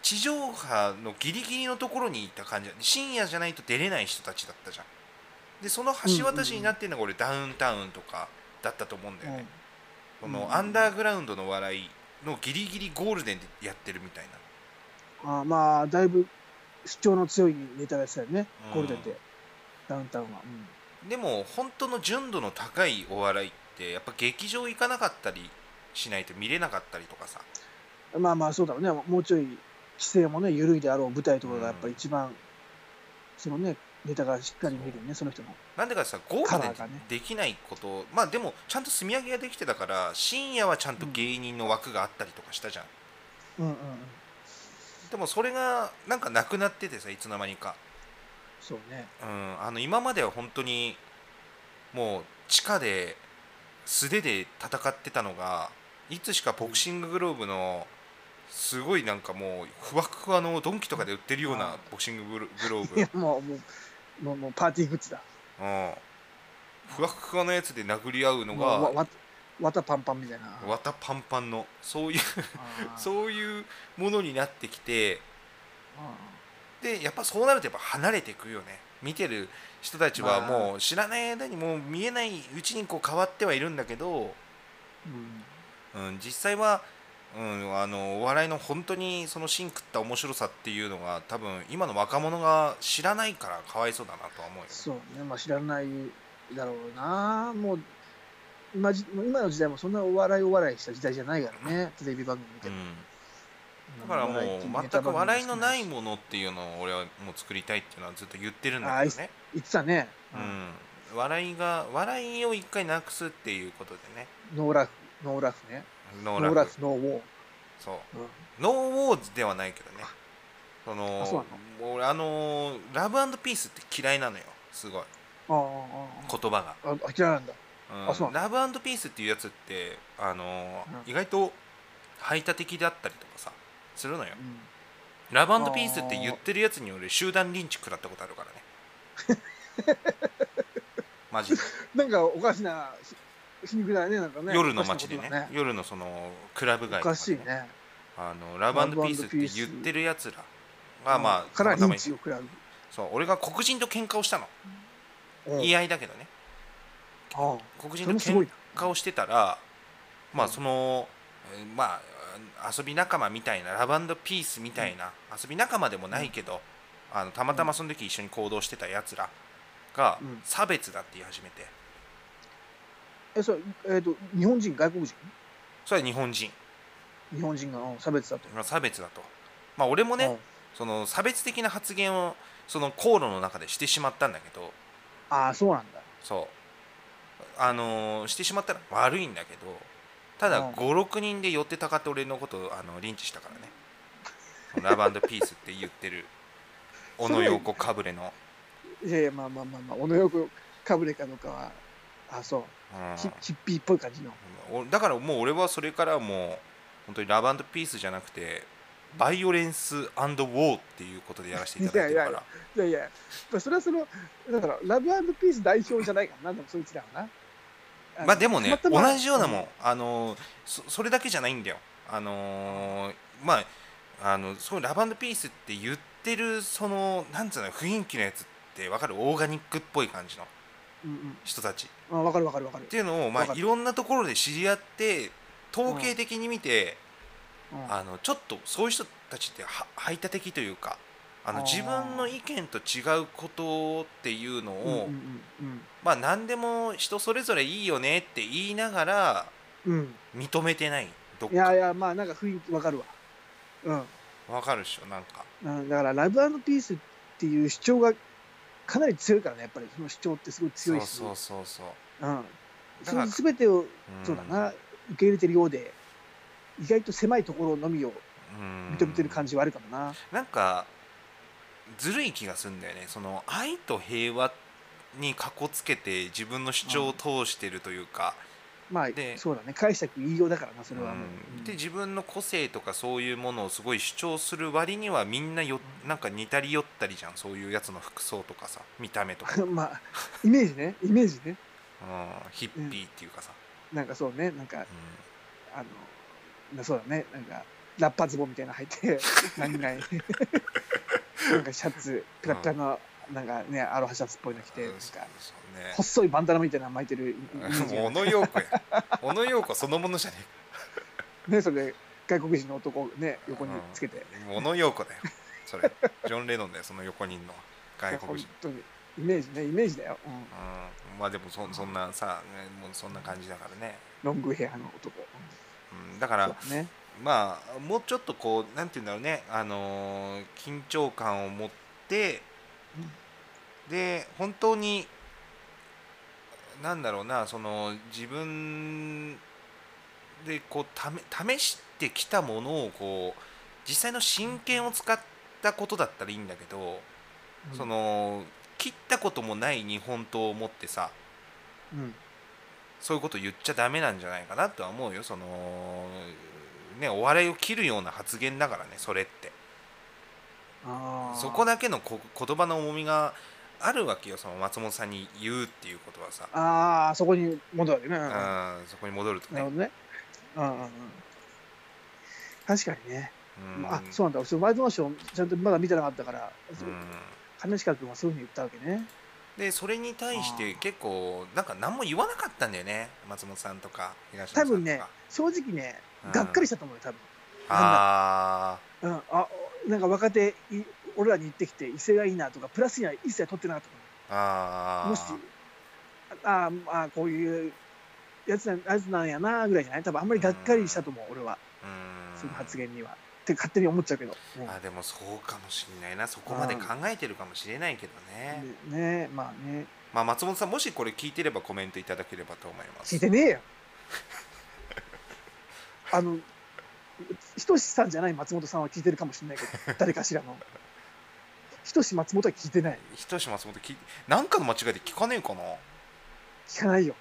地上波のギリギリのところにいた感じ深夜じゃないと出れない人たちだったじゃんでその橋渡しになってるのが俺ダウンタウンとかだったと思うんだよね、うんこうんのアンダーグラウンドの笑いのギリギリゴールデンでやってるみたいなあーまあだいぶ主張の強いネタですよねうんゴールデンで、ダウンタウンは、でも本当の純度の高いお笑いってやっぱ劇場行かなかったりしないと見れなかったりとかさうんまあまあそうだろうねもうちょい規制もね緩いであろう舞台とかがやっぱり一番、そのねネタがしっかり見るよねその人のなんでかさゴールデンっカラーがねてできないこと、まあでもちゃんと積み上げができてたから深夜はちゃんと芸人の枠があったりとかしたじゃん、うんうんうんでもそれがなんかなくなっててさいつの間にか、そうねうん、あの今までは本当にもう地下で素手で戦ってたのがいつしかボクシンググローブのすごいなんかもうふわっふわのドンキとかで売ってるようあなーボクシンググログローいブや もうもうもうもうパーティーグッズだうん、ふわっふわのやつで殴り合うのもうわがわ綿パンパンみたいな綿パンパンのそういうあーそういうものになってきてうんでやっぱそうなるとやっぱ離れていくよね見てる人たちはもう知らない間にもう見えないうちにこう変わってはいるんだけど、うんうん、実際は、うん、あのお笑いの本当にその芯食った面白さっていうのが多分今の若者が知らないからかわいそうだなとは思うよ。そうね、まあ、知らないだろうな、もう今じ今の時代もそんなお笑いお笑いした時代じゃないからね、テレビ番組みたういな。んだからもう全く笑いのないものっていうのを俺はもう作りたいっていうのはずっと言ってるんだけどね。言ってたね、うん、笑いが笑いを一回なくすっていうことでねノーラフ、ノーラフね。ノノーラーフラフ、ノーウォー。そううんノーウォーズではないけどねそのあそう俺あのーラブピースって嫌いなのよすごいああ言葉が、あああ、あ嫌いなんだ。うんあそうラブピースっていうやつってあのーうん意外と排他的だったりとかさするのようんラブピースって言ってるやつに俺集団リンチ食らったことあるからね マジでなんかおかしなひ皮肉だね、なんかね。夜の街でねおかしなことだ夜のそのクラブ街とかおかでしいね。あのラブピースって言ってるやつらがまあからたまた認ま知を食らう。そう俺が黒人と喧嘩をしたのうん言い合いだけどねああ黒人そとれもすごい喧な。嘩をしてたらまあそのえーまあ遊び仲間みたいなラブピースみたいな遊び仲間でもないけどあのたまたまその時一緒に行動してたやつらがうん差別だって言い始めてえ、それ、えっ、と、日本人、外国人それは日本人日本人がうん差別だと。まあ差別だとまあ俺もうねんその差別的な発言をその口論の中でしてしまったんだけどああ、そうなんだ。そうあのーしてしまったら悪いんだけどたうだん56人で寄ってたかって俺のことをあのリンチしたからね「ラブピース」って言ってる小野洋子かぶれの、いやいや、まあまあまあまあ、小野よくかぶれかどうかは、あそう、うんヒヒッピーっぽい感じの。おだからもう俺はそれからもう本当に「ラブピース」じゃなくて「バイオレンスウォー」っていうことでやらせていただいてるからいやいいやいや、まあ、それはその、だから、ラブピース代表じゃないからな、でもそいつらはな。のまあでもね、たまたま同じようなもん、あのーそそれだけじゃないんだよ。あのーまあ、あのそうラブピースって言ってるそのなんつうの雰囲気のやつってわかるオーガニックっぽい感じのうんうん人たちっうん、わかるわかるわかる。ていうのをまわかあるいろんなところで知り合って統計的に見て、うんあのちょっとそういう人たちっては排他的というかあのあー自分の意見と違うことっていうのうんうんを、まあ何でも人それぞれいいよねって言いながらうんうん認めてないどっいやかいやまあなんか雰囲気わかるわうんわかるっしょなんかうん、だからラブピースっていう主張がかなり強いからねやっぱりその主張ってすごい強いしそうそうそうそううん、だそからの全てを、うんそうだな受け入れてるようで意外と狭いところのみをうん認めてる感じはあるかもな、なんかずるい気がするんだよねその愛と平和にかこつけて自分の主張を通してるというか、まあでそうだね解釈言いようだからなそれは、うんで自分の個性とかそういうものをすごい主張する割にはみんなよなんか似たり寄ったりじゃんそういうやつの服装とかさ見た目とか、うん、うん まあイメージねイメージねヒッピーっていうかさ、なんかそうねなんかうあのなそうだねなんかラッパズボンみたいなの履い て何々なんかシャツピラピラの、なんかねアロハシャツっぽいの着てなんうんかそうそうね細いバンダナみたいなの巻いてるイメー ジもう小が野陽子や小野陽子そのものじゃねねそれで外国人の男をね横につけて、えか小野陽子だよそれジョン・レノンだよその横にいんのは外国本人当にイメージねイメージだよ、うんうんまあでもそそんなさねもうそんな感じだからね、ロングヘアの男うん、だからそうねまあもうちょっとこうなんて言うんだろうね、あのー緊張感を持って、で本当になんだろうなその自分でこうため試してきたものをこう実際の真剣を使ったことだったらいいんだけど、そ、の切ったこともない日本刀を持ってさうんそういうこと言っちゃダメなんじゃないかなとは思うよそのねお笑いを切るような発言だからねそれってあーそこだけのこ言葉の重みがあるわけよその松本さんに言うっていうことはさ、あーそこに戻るわけね、うんうん、そこに戻るとなるねほ、どねうんうんうん確かにね、うん、あそうなんだそうワイドナショーちゃんとまだ見てなかったから、うん金近君はそういうふうに言ったわけねでそれに対して結構なんか何も言わなかったんだよね松本さんとか東野さ多んとか分ね正直ねうんがっかりしたと思うよ多分あうん、あなんか若手い俺らに行ってきて威勢がいいなとかプラスには一切取ってなかったとーあ思うーもしあーあーこういうやつなんやつなんやなぐらいじゃない多分あんまりがっかりしたと思う俺はうんその発言にはって勝手に思っちゃうけど、うんあでもそうかもしれないなそこまで考えてるかもしれないけどね、でねまあねまあ、松本さんもしこれ聞いてればコメントいただければと思います聞いてねえよあのひとしさんじゃない松本さんは聞いてるかもしれないけど 誰かしらのひとし松本は聞いてないひとし松本聞いてなんかの間違いで聞かねえかな聞かないよ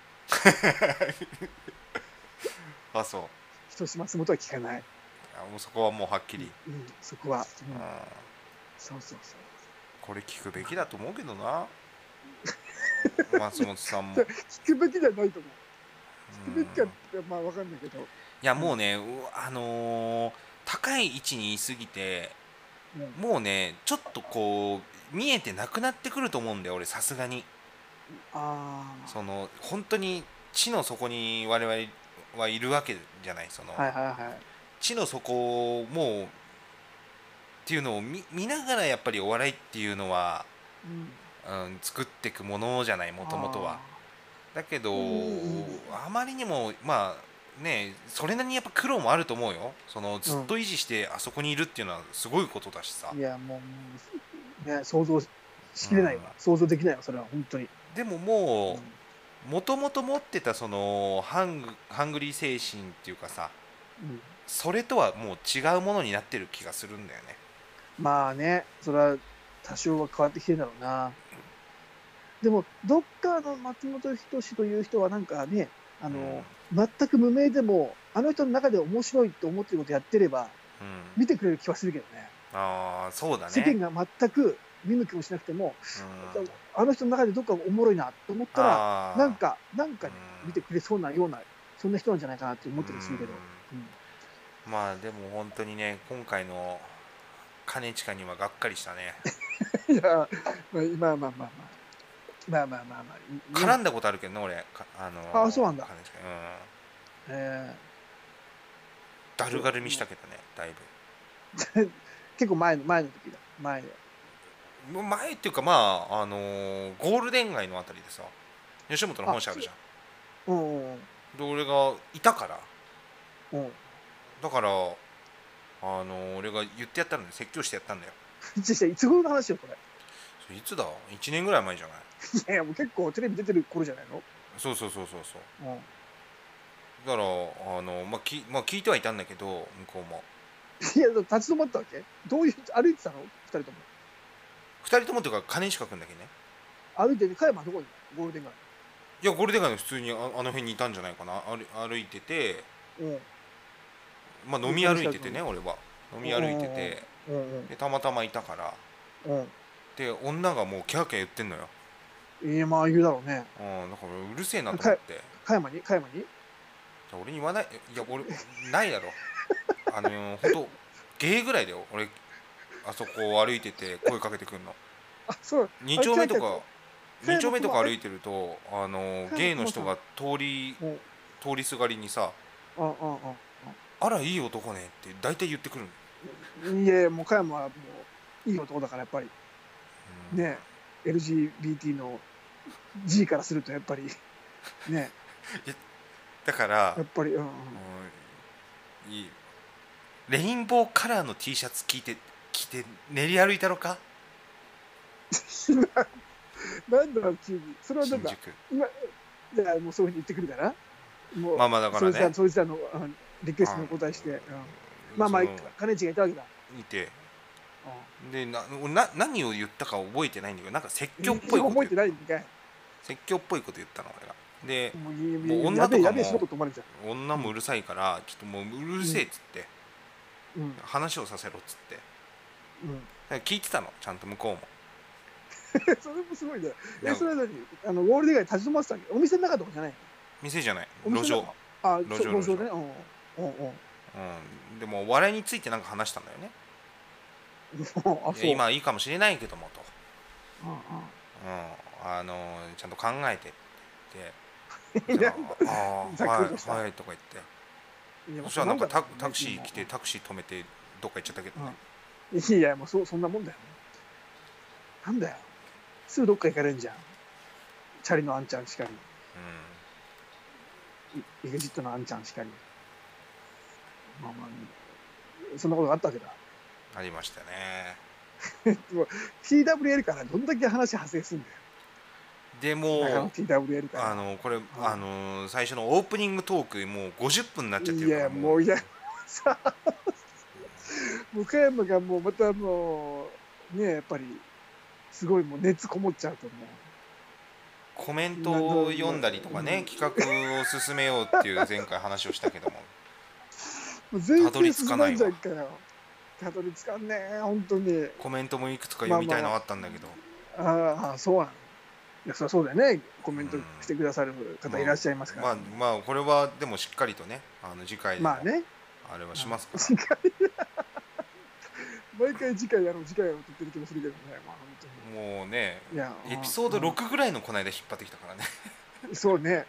あそうひとし松本は聞かない、あもうそこはもうはっきり、うん、そこは、うんうん、そうそうそうこれ聞くべきだと思うけど な松本さんも、それ聞くべきじゃないと思う。聞うくべんきかって、まあ、わかんないけど。いやもうねうあのー高い位置にいすぎてうんもうねちょっとこう見えてなくなってくると思うんだよ俺さすがにあその本当に地の底に我々はいるわけじゃないその、あ。はいはいはい。地の底をもうっていうのを見見ながらやっぱりお笑いっていうのは、うんうん、作っていくものじゃないもともとは。だけど、うんうんうんあまりにもまあねそれなりにやっぱ苦労もあると思うよそのずっと維持してあそこにいるっていうのはすごいことだしさ、あーいや、もうもう、ね、想像しきれないわ。想像できないわ、それは、本当に。でもうんもうもともと持ってたそのハングハングリー精神っていうかさうんそれとはもう違うものになってる気がするんだよねまあね、それは多少は変わってきてるだろうな。でも、どっかの松本人志という人は、なんかね、あの、全く無名でも、あの人の中で面白いと思ってることやってれば、うん、うん、見てくれる気はするけどね。ああそうだね世間が全く見向きもしなくても、うんあの人の中でどっかおもろいなと思ったら、あーなんか、なんかねうん見てくれそうなような、そんな人なんじゃないかなって思ってるんでするけど、ううんんまあでも本当にね今回の兼近にはがっかりした ねいや、まあまあまあまあ、まあまあまあまあ、絡ねんだことあるけどね俺かあのあそうなんだ兼近うんえだるがるみしたけどねだいぶー結構前の前の時だ、前で、前っていうかまああのーゴールデン街のあたりでさ吉本の本社あるじゃんうん うんで俺がいたからうんうんだからあのー俺が言ってやったので説教してやったんだよ実際いつ頃の話よこれそれいつだ1年ぐらい前じゃないいやいやもう結構テレビ出てる頃じゃないのそうそうそうそうそううんだからあの、まあきまあ、聞いてはいたんだけど向こうもいや立ち止まったわけどういう歩いてたの二人とも2人ともっていうか金近君だけね歩いてて加山はどこにいるのゴールデン街いやゴールデン街の普通にああの辺にいたんじゃないかな歩歩いてて、うんまあ、飲み歩いててね俺は飲み歩いててうんでたまたまいたからうんうんで女がもうキャーキャー言ってんのよ、ええまあ言うだろうねうん、だから俺うるせえなと思ってい加山に加山にや俺に言わないいや俺ないだろあのーほんとゲーぐらいだよ俺あそこを歩いてて声かけてくんのあそう2丁目とかキャーキャー2丁目とか歩いてるとあのキャーキャーゲイの人が通りもう通りすがりにさあああ「あらいい男ね」って大体言ってくるのあいやいやもう加山はもういい男だからやっぱりうんね LGBT の G からするとやっぱりねだからやっぱりうん うんうんいいレインボーカラーの T シャツ着て着て練り歩いたのかなんだろう急にそれはな新んだ宿今じゃあもうそういうふうに言ってくるからもう、まあまあだかそられじゃねそれじゃあのうんリクエストにお答えして、うんまあまあその金内がいたわけだ、いてうんでな俺な何を言ったか覚えてないんだけどなんか説教っぽいこと覚え言ってたないんかい説教っぽいこと言ったの俺がでもういいもう女やべえとかもやべえ仕事止まるじゃ女もうるさいからちょっともううるせえっつってんうん話をさせろっつってうんだから聞いてたのちゃんと向こうも それもすごいねでえもそれなのにあのゴールデン街に立ち止まってたわけお店の中とかじゃない店じゃないお店路上のあ路上そ路上う路上ねうんうんうんうんでもお笑いについてなんか話したんだよねあいそやう今はいいかもしれないけどもと、ううん、あのちゃんと考えてってい じゃやああざーっはくりとしたいはいとか言ってんうんそしたらなんかタだろうねタクシー来てタクシー止めてどっか行っちゃったけどね、うんいやいやもうそそんなもんだよなんだよすぐどっか行かれんじゃんチャリのあんちゃんしかりエグジットのあんちゃんしかりまあまあそんなことがあったわけだうん、ありましたね TWL からどんだけ話派生すんでもだよ中野う TWL からあのこれ、あの最初のオープニングトークもう50分になっちゃっているかやらもういやさあ向山がもうまたもうねやっぱりすごいもう熱こもっちゃうと思コメントを読んだりとかね企画を進めようっていう前回話をしたけど もうもう全たどり然着か進なまいんわじゃんかよたどり着かんねえ本当にコメントもいくつか読みたいのまああったんだけど、ああそうなんいやそりゃそうだよねコメントしてくださる方いらっしゃいますから、まあまあこれはでもしっかりとねあの次回でもまあねあれはしますから、次回毎回次回やろう次回やろうって言ってる気もするけどねまあ本当にもうねいやエピソードうん6ぐらいのこの間引っ張ってきたからねそうね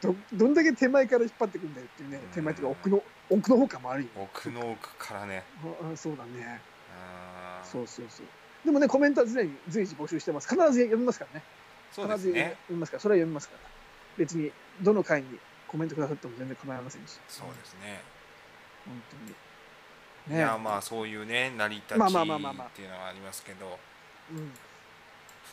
どどんだけ手前から引っ張ってくんだよっていうね手前っていうか奥の奥の方かもあるよ奥の奥からねああそうだねあーそうそうそうでもねコメントは常に随時募集してます必ず読みますからねそうで必すず読ねみますからそれは読みますから別にどの回にコメントくださっても全然構いませんしそうですね本当にいねやまあそういうね成り立ちっていうのまあまあまあまあまあはありますけどうん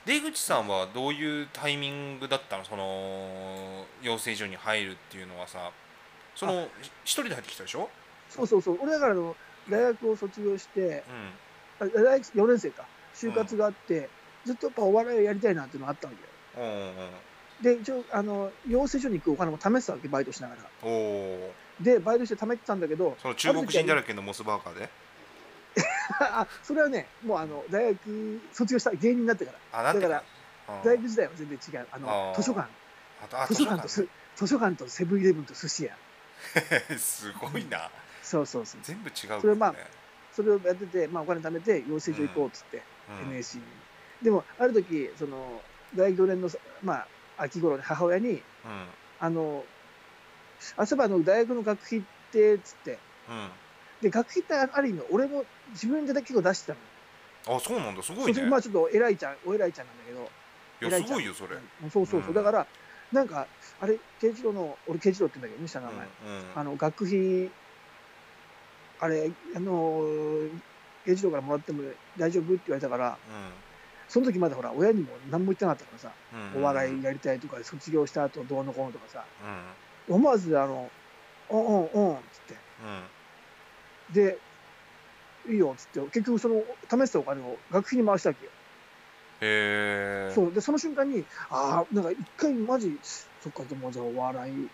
出口さんはどういうタイミングだったのその養成所に入るっていうのはさその一人で入ってきたでしょ、そうそうそう俺だからあの大学を卒業してうん、あ大学4年生か就活があって、ずっとやっぱお笑いをやりたいなっていうのがあったわけようんうんうんで一応あの養成所に行くお金も試してたわけバイトしながらおおーでバイトして貯めてたんだけど その中国人だらけのモスバーガーであそれはねもうあの大学卒業した芸人になってからあなってだからうん大学時代は全然違うあのあー図書館あとあ図書館とす図書館とセブンイレブンと寿司屋ね すごいなそうそうそう全部違うからねそれはまあそれをやってて、まあ、お金貯めて養成所行こうっつって、うん NSC にでもある時その大学4年の、まあ、秋頃に母親にうんあのあそういえばあの大学の学費ってっつってうんで学費ってある意味俺も自分で結構出してたのあそうなんだすごそいねれでい今ちょっと偉いちゃんお偉いちゃんなんだけどや偉いすちゃんごいよそれ、うんうんそうそうそう、うんだからなんかあれ慶一郎の俺慶一郎って言うんだけどね下の名前、あの学費あれあの慶一郎からもらっても大丈夫って言われたからその時まだほら親にも何も言ってなかったからさ、うんお笑いやりたいとか卒業した後どうのこうのとかさうんうん思わずあの「うんうんうん」っつってで、いいよっつって、結局その、試したお金を学費に回したわけよ。へえそう。で、その瞬間に、ああ、なんか一回マジ、そっか、でもじゃあお笑い、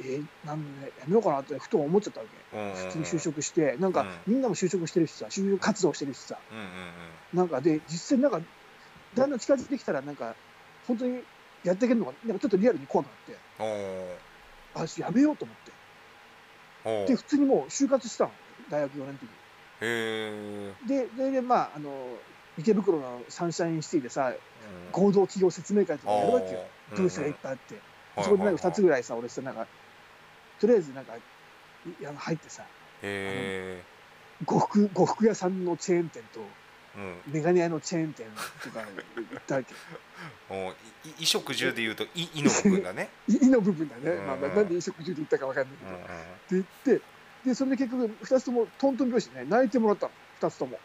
えーなんで、やめようかなってふと思っちゃったわけ。うんうんうん普通に就職して、なんか、みんなも就職してるしさ、就職活動してるしさ、うんうんうんなんかで、実際なんか、だんだん近づいてきたら、なんか、本当にやっていけるのが、なんかちょっとリアルに怖くなって、おーあやめようと思って。おーで、へ普通にもう就活したの、大学4年の時に。えで、それで、まあ、あの、池袋のサンシャインシティでさ、合同企業説明会とかやるわけよ。ブースがいっぱいあって。そこでなんか2つへぐらいさ、俺さ、なんか、とりあえずなんか、いあの入ってさ、え呉服、呉服屋さんのチェーン店と、うんメガネ屋のチェーン店とか行った わけ。おーいい衣食住でいうと いいの部分だねいいの部分だね。うんまあ、まあなんで飲食中で行ったかわかんないけうんど。うんって言って、で、それで結局、2つともトントン拍子でね、泣いてもらったの。2つとも。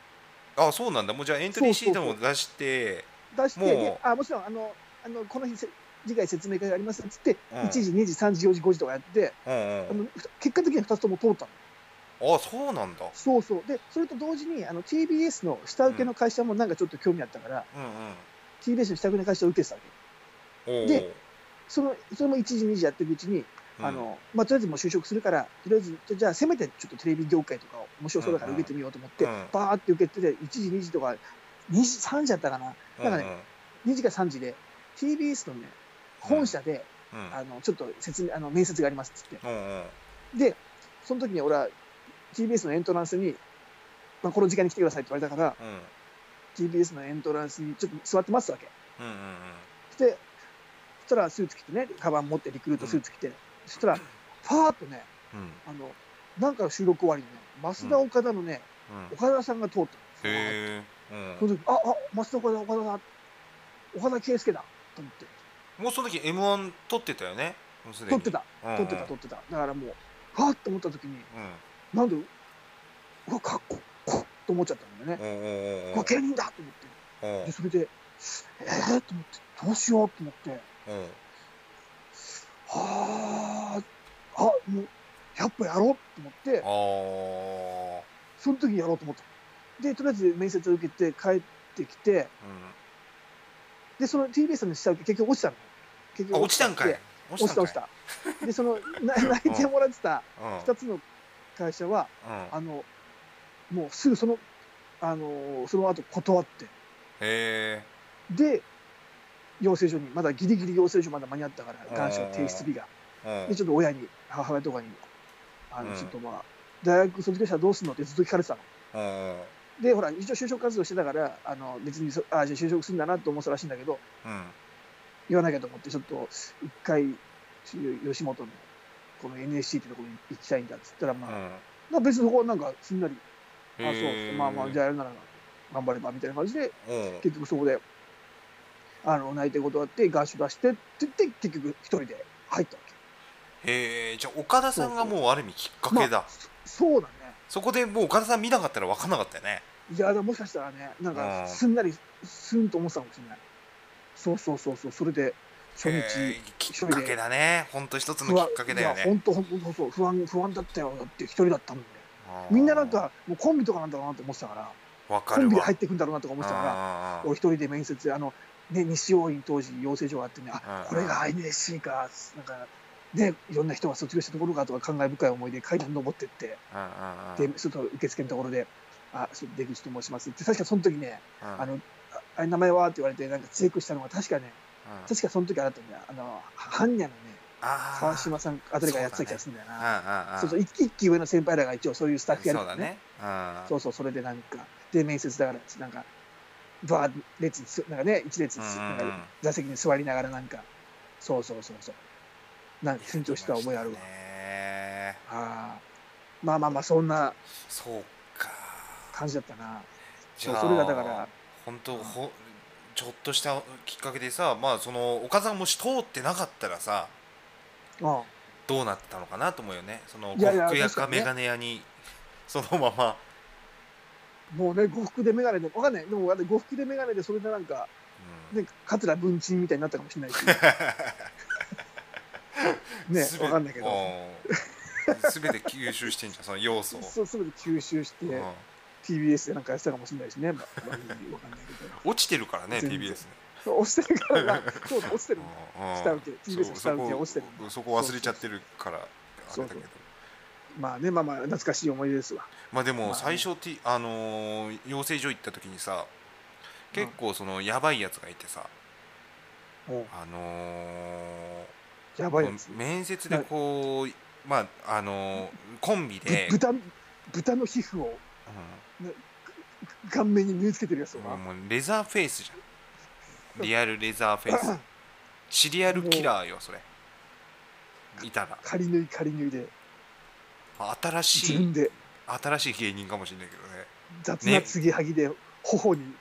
あそうなんだもうじゃあエントリーシートも出して出して、もうであもちろんあのあのこの日せ次回説明会がありますっつって、うん1時2時3時4時5時とかやって、うんあうんのふた結果的に2つとも通ったのあそうなんだそうそうでそれと同時にあの TBS の下請けの会社もなんかちょっと興味あったから、うんうん TBS の下請けの会社を受けてたわけおーでそのそれも1時2時やっていくうちに、うんあのまあ、とりあえずもう就職するからとりあえずじゃあせめてちょっとテレビ業界とかを面白そうだから受けてみようと思って、うんうんバーって受けてて1時2時とか2時3時やったかななんかね2時か3時で TBS のね本社で、うんうんあのちょっと説明あの面接がありますっつってうんうんでその時に俺は TBS のエントランスに、まあ、この時間に来てくださいって言われたからうん TBS のエントランスにちょっと座って待ってたわうんうんうんけでそしたらスーツ着てねカバン持ってリクルートスーツ着て、そしたらファーっとねうんあのなんかの収録終わりにね増田岡田のね、うん岡田さんが通ったのへえその時ああ増田岡田岡田だ岡田圭介だと思ってうんもうその時 M1 撮ってたよねもうすで撮にってたうんうん撮ってた撮ってただからもうファーっと思った時にうなんで、うわ、かっここっと思っちゃったんだよね。んうんうんうんうんうわ、芸人だと思っうんて。で、それで、えー、と思って、どうしようと思って、うんはあ、あ、もう、やっぱやろうと思って、ああその時やろうと思った。で、とりあえず面接を受けて帰ってきて、うで、その TBS の下請け結局落ちたの。結んあ局落ちたんかい落ちた落ちたんかた。で、その、な泣いてもらってたいうん2つの会社は、うんあの、もうすぐその、あの、その後断って、へえで、養成所に、まだギリギリ養成所まだ間に合ったから、願書提出日が。うんで、ちょっと親に、母親とかに、あうの、んちょっとまあ、大学卒業したらどうすんのってずっと聞かれてたうの。んで、ほら、一応就職活動してたから、あの、別にそ、あじゃあ就職するんだなと思ってたらしいんだけど、うん言わなきゃと思って、ちょっと、一回、吉本の、この NSC ってところに行きたいんだって言ったら、まあ、うんなんか別にそこはなんか、すんなり、あ、そうへ、ーまあまあ、じゃあやるなら、頑張れば、みたいな感じで、うん結局そこで、あの、内定断って、合宿出してって言って、結局一人で入ったわけ。へえじゃあ岡田さんがもうある意味きっかけだそそうだね。そこでもう岡田さん見なかったら分かんなかったよねいや、でももしかしたらね、なんうか、んすんなり、すんと思ってたかもしれない。そうそうそうそう、それで、初日、えーきっかけだねほんと一つのきっかけだよいや、ほねんと、ほんと、そうそう、不安、不安だったよ。だって一人だったもんで。みんななんか、もうコンビとかなんだろうなと思ってたから、分かコるわンビで入ってくんだろうなとか思ってたから、あー俺一人で面接、あの、ね、西大院当時養成所があってね、あうんこれが NSC か、なんか、ね、いろんな人が卒業したところかとか感慨深い思いで階段登ってって、うんうんうんで、ちょっと受付のところで、あ、そう出口と申しますって、確かその時ね、うんあの、ああれ名前はって言われて、なんかチェックしたのが確かね、うん確かその時あれだったんだよ。あの、般若のね、あー川島さんあたりがやってた気がするんだようんな。うんうんそうそう、一一期上の先輩らが一応そういうスタッフやるそかうだらね。ねうんそうそう、それでなんか、で、面接だから、なんか、バー列にす、なんかね、一列にす、なんうんか座席に座りながらなんか、そうそうそうそう。なんか緊張した思いあるわ。ねああ。まあまあまあ、そんなそうか感じだったな。じそゃうあそれがだから本当ほちょっとしたきっかけでさまあその岡さんもし通ってなかったらさあどうなったのかなと思うよねそのいやいや呉服屋確かかにねメガネ屋にそのまま、もうね呉服で眼鏡でわかんないでもわかんない呉服で眼鏡でそれでなんか、うんね、桂文鎮みたいになったかもしれ ないしね全てわかんないけどうん全て吸収してんじゃんその要素を、 そうすぐ吸収してうん TBS でなんかやってたかもしれないしね、まあ、番組わかんない け落ちてるからね全 TBS ね然ど落ちてるからなそうだ落ちてるんだうんうん下請け TBS のそ下う請けが落ちてるそこそこ忘れちゃってるからあれだけそうどそうまあねまあまあ懐かしい思い出ですわまあでまもあね最初、T あのー養成所行った時にさ結構そのやばいやつがいてさ、おうあのーやばいやつ面接でこうまああのーコンビでぶ、豚豚の皮膚を顔面に縫い付けてるやつうをんな、もうレザーフェイスじゃんリアルレザーフェイ スシリアルキラーよそれいたら 仮縫い仮縫いでまあ新し自い分で新しい芸人かもしれないけどね雑な継ぎはぎで頬に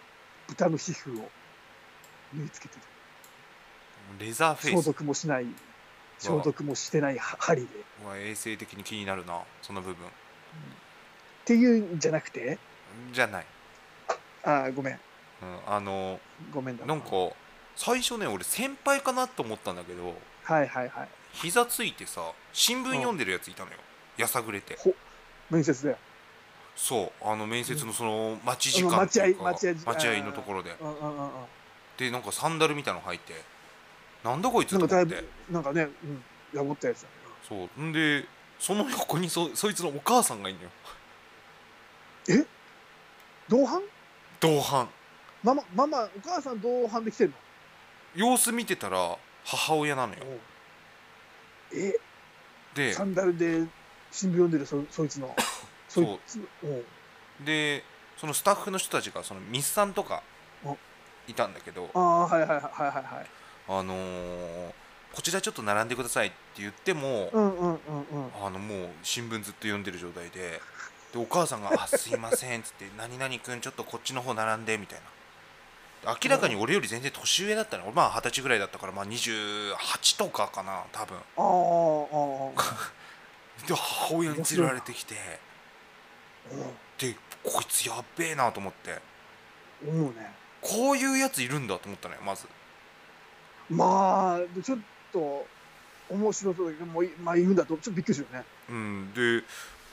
豚の皮膚を縫い付けてるレザーフェイ消ス毒もしない消毒もしてないは針でっは衛生的に気になるなその部分ていうんじゃなくてじゃない、ああごめんうん、あのごめんだわなんか最初ね俺先輩かなと思ったんだけどはいはいはい膝ついてさ新聞読んでるやついたのよ、やさぐれて面接だよそうあの面接のその待ち時うん間っていうか待ち合い待ち合い待ち合いのところでうんうんうんうんでなんかサンダルみたいの履いてなんだこいつなんとかだ思いってぶなんかね、うん、やぼったやつだそうんでその横にそそいつのお母さんがいるのよ同伴同伴ママママお母さん同伴で来てる様子見てたら母親なのよのえでサンダルで新聞読んでるそそ いつのそいつおうでそのスタッフの人たちがその日産とかおいたんだけどああはいはいはいはいはいはいあのーこちらちょっと並んでくださいって言っても、うんうんうんうんあのもう新聞ずっと読んでる状態ででお母さんが「あすいません」っつって「 何々くんちょっとこっちの方並んで」みたいな明らかに俺より全然年上だったね俺まあ二十歳ぐらいだったからまあ28とかかな多分あーあーあーで母親に連れられてきてでこいつやっべえなと思っておう思うねこういうやついるんだと思ったのよまずまあでちょっと面白そうだけどもういまあ言うんだとちょっとびっくりするよねうんで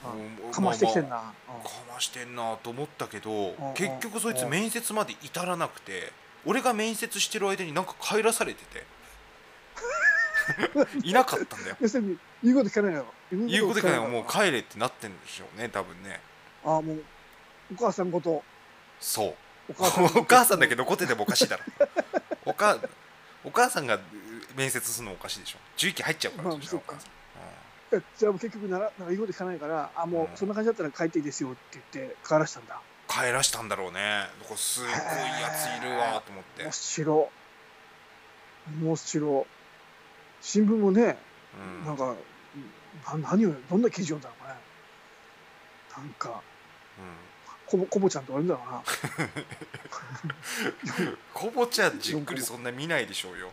あうんかましてきてんまあな、まあかましてんなと思ったけどんうん結局そいつうん面接まで至らなくて俺が面接してる間になんか帰らされてて いなかったんだよ要するに言うこと聞かないの言うことかないもうか帰れってなってんでしょうね多分ねああもうお母さんごとそうお母さん お母さんだけ残っててもおかしいだろおかお母さんが面接するのおかしいでしょ重機入っちゃうから、まあそしたらそっかお母さんえじゃあもう結局ならなんか言うこと聞かないからあうんもうそんな感じだったら帰っていいですよって言って帰らしたんだうん帰らしたんだろうねこれすごいやついるわと思って、面白面白新聞もね、うんなんかな何をどんな記事読んだのかねなんかうんコボコボちゃんとかいるんだろうなコボちゃんじっくりそんな見ないでしょうよ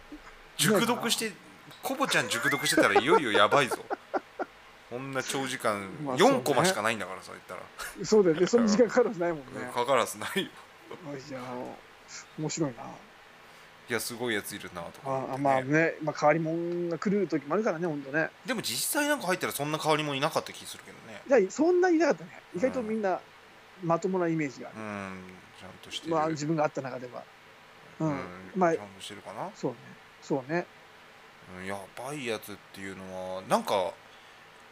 熟読してコボちゃん熟読してたらいよいよやばいぞこんな長時間まあそうね4コマしかないんだからさ言ったら そうだよねその時間かかるはずないもんねかからずないよいや面白いないやすごいやついるなとか思ってあねまあね、まあ、変わり者が来る時もあるからね本当ねでも実際なんか入ったらそんな変わりもいなかった気するけどねいやそんなにいなかったね意外とみんなまともなイメージがある、うんちゃんとしてるまあ自分があった中ではうんまあちゃんとしてるかなそうねそうねうんやばいやつっていうのはなんか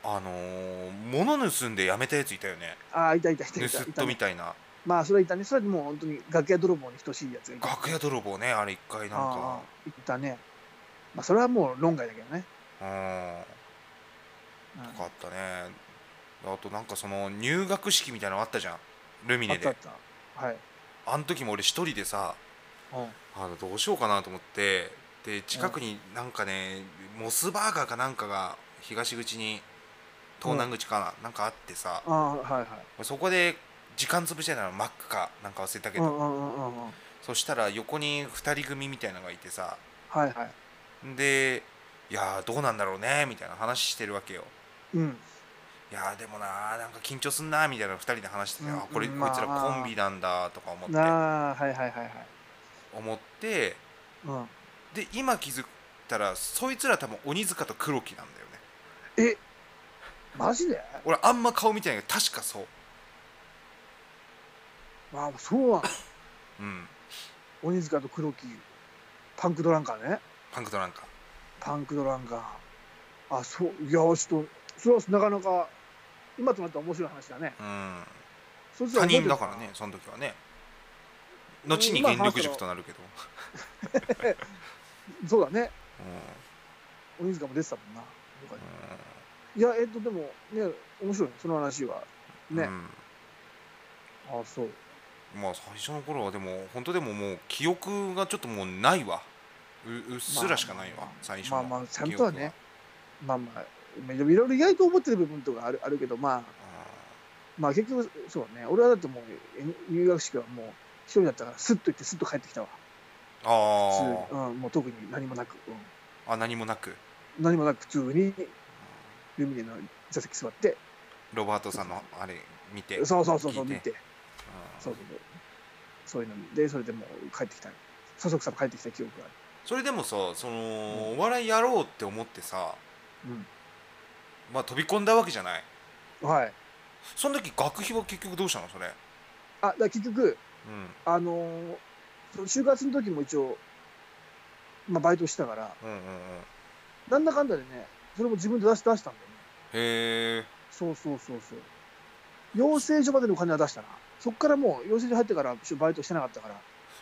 あのー物盗んでやめたやついたよねああいたいたいた盗いたっいた人ねみたいなまあそれはいたねそれはもう本当に楽屋泥棒に等しいやつがいた楽屋泥棒ねあれ一回なんかああいたねまあそれはもう論外だけどね、うんうんよかったねあとなんかその入学式みたいなのあったじゃんルミネあったあっでたはい、あの時も俺一人でさあのどうしようかなと思ってで近くになんかねモスバーガーかなんかが東口に東南口かな、なんかあってさああはいはいそこで時間潰してたのマックかなんか忘れたけうど、んうんうんうんうん。そしたら横に2人組みたいなのがいてさはいはい。でいやーどうなんだろうねみたいな話してるわけようん。いやーでもなーなんか緊張すんなーみたいな2人で話してて、うんあこれ、うんこいつらまあコンビなんだとか思ってなあ、はいはいはいはい。思ってうん。で今気づいたらそいつら多分鬼塚と黒木なんだよねマジで俺あんま顔見てないけど確かそうあそうなの。うん鬼塚と黒木。パンクドランカーね。パンクドなんかパンクドランカー。あ、そう。いや、ちょっと、それはなかなか、今となっては面白い話だね。うんそいつ他は覚え人てるだからね。その時はね後に原力塾となるけど、そうだね。うんうん鬼塚も出てたもんな。いや、えっと、でも、ね、面白いね。その話は。ね。あ、そう。うんまあ最初の頃はでも本当でももう記憶がちょっともうないわううっすらしかないわ、まあ最初まのあまあ、ちゃん記憶とはね。まあまあ。いろいろ意外と思ってる部分とかあるあるけど、まあ、まあ結局、そうね、俺はだってもう、え入学式はもう、一人だったから、スッと行って、スッと帰ってきたわ。あー普通にうん、もう特に何もなく、うあ何もなくん、何もなく、普通にルミネの座席座って、ロバートさんのあれ見てそうそうそうそう、聞見いてて、そうそうそう、そういうので、それでもう帰ってきた、そそくさと帰ってきた記憶がある。それでもさその、お笑いやろうって思ってさ、まあ、飛び込んだわけじゃないうん、はい。その時学費は結局どうしたのそれ、うん、あ、だから結局、あのーその就活の時も一応、まあ、バイトしてたから、うんうんうんなんだかんだでね、それも自分で出し出したんだよね。へえそうそうそうそう。養成所までのお金は出したな。そっからもう養成所入ってからちょっとバイトしてなかったから。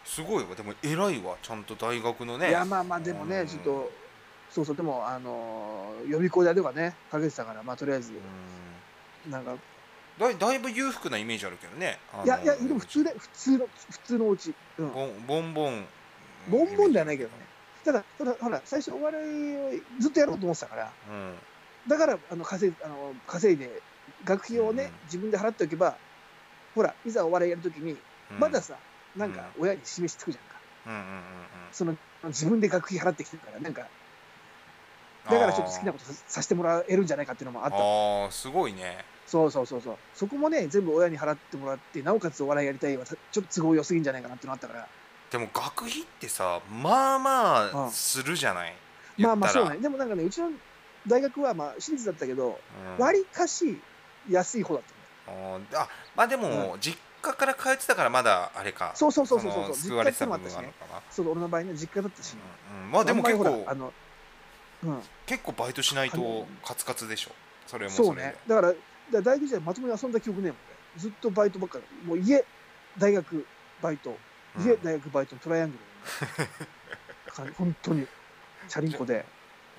すごいわでも偉いわちゃんと大学のねいやまあまあでもね、うんちょっとそうそうでもあのー予備校であればねかけてたからまあとりあえずうんなんか、だいだいぶ裕福なイメージあるけどねあのいやいやでも普通で普通の普通のお家。うん。ボンボンボンボンボンではないけどね。ただほらほら最初お笑いをずっとやろうと思ってたから、うんだからあの稼いあの稼いで学費をね、うん自分で払っておけば、ほらいざお笑いやるときにうんまださ、なんか親に示しつくじゃんか。うんうんうんうんその自分で学費払ってきてるから、なんか、だからちょっと好きなことささせてもらえるんじゃないかっていうのもああっーた。あーすごいねそうそうそうそう。そこもね、全部親に払ってもらって、なおかつお笑いやりたいはたちょっと都合良すぎんじゃないかなっていうのあったから。でも学費ってさまあまうあんするじゃない、まあまあ言っそうたらね。でもなんかね、うちの大学はまあ私立だったけど、うんわりかし安い方だったね。あーあまあでも、実家から通ってたからまだあれかそうそうそうそうそうのそう救われてた実部家っ分てのがあるもあったしねのかな、そう俺の場合ね、実家だったしね。うんうんまあでもあん結まりほらあ構の、うん。結構バイトしないあとのカツカツでしょそれもそそうれでね。だから、だから大学時代まともに遊んだ記憶ねえもんね。ずっとバイトばっかり。もう家、大学、バイト。うん家、大学、バイトのトライアングル。 か本当に。チャリンコで。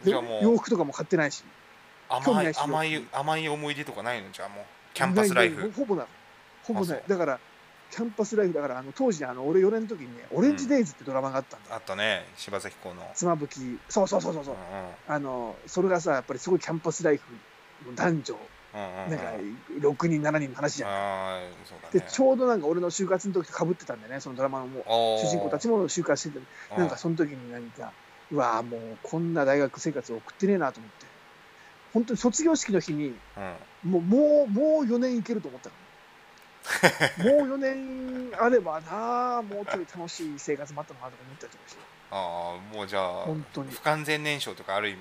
でじゃあも洋う服とかも買ってないし。興甘味ないいし甘い甘い思い出とかないのじゃあもうキャンパスライないないフほぼない。ほぼなあいそ。うだから、キャンパスライフだから、あの当時ね、あの俺4年の時にね、オレンジデイズってドラマがあったんだよ。あったね柴咲コウの、妻夫木、そうそうそうそううそんううん。あの、それがさ、やっぱりすごいキャンパスライフの男女、うんうんなんか6人、7人の話じゃん。ああーそうだでねちょうどなんか俺の就活の時とかぶってたんだよねそのドラマのもう主人公たちも就活しててもなんかその時に何かうわーもうこんな大学生活送ってねえなと思って本当に卒業式の日にうん、うんもうもうもう4年いけると思ったのもう4年あればなあもうちょい楽しい生活もあったのかなとか思ったりとかしてああもうじゃあ本当に不完全燃焼とかある意味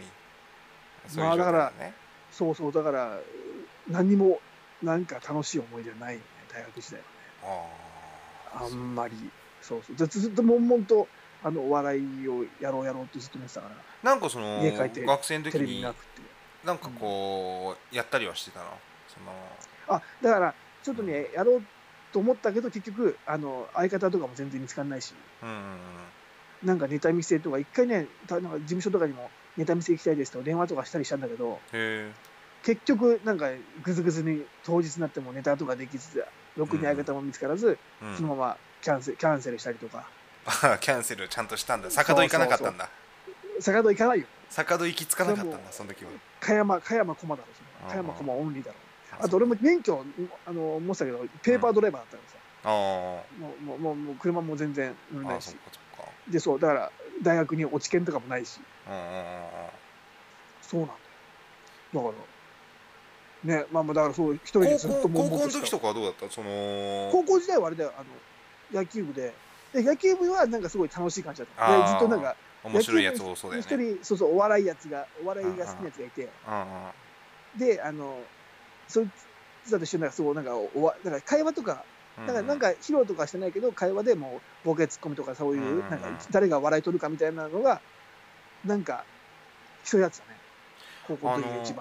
そういまう状あ態だかだらね、そうそうだから何にもなんか楽しい思い出はないよね大学時代はねあああんまりそうそうずっとずっと悶々とあのお笑いをやろうやろうってずっと思ってたからなんかその家帰って学生の時テレビになくて。なんかこうやったりはしてたのそのあだから、ちょっとね、やろうと思ったけど、結局、あの相方とかも全然見つからないし、うんうんなんかネタ見せとか、一回ね、たなんか事務所とかにもネタ見せ行きたいですとか電話とかしたりしたんだけど、へえ結局、なんかぐずぐずに当日になってもネタとかできず、ろくに相方も見つからず、うんそのままキャンセルキャンセルしたりとか、あ キャンセルちゃんとしたんだ坂戸行かなかったんだ坂戸行かないよ、坂戸行きつかなかったんでだもその時は加山、加山駒だろ、それうはん加山駒オンリーだろ。あと俺も免許をあの持ってたけど、ペーパードライバーだったからさ、あーもうもうもうもう車も全然乗れあなーいそっしか、そっかでそうだから大学に落ち研とかもないし、うんうんうんうんそうなんだよ。だから、ね、まあまあだからそう、一人でずっ高と校高悶々校とのした時とかはどうだったその高校時代はあれだよ、あの野球部で。で野球部はなんかすごい楽しい感じだった。あーでずっとなんか、面白いやつ多そうだよ一ね人、そうそう、お笑いやつが、お笑いが好きなやつがいて、うんうんで、あの、そいつらと一緒になんか、そう、なんか、おわだから会話とか、うだからなんか、披露とかはしてないけど、会話でもう、ボケツッコミとか、そういうんう、なんか、誰が笑い取るかみたいなのが、なんか、そういうやつだね。高校の時が一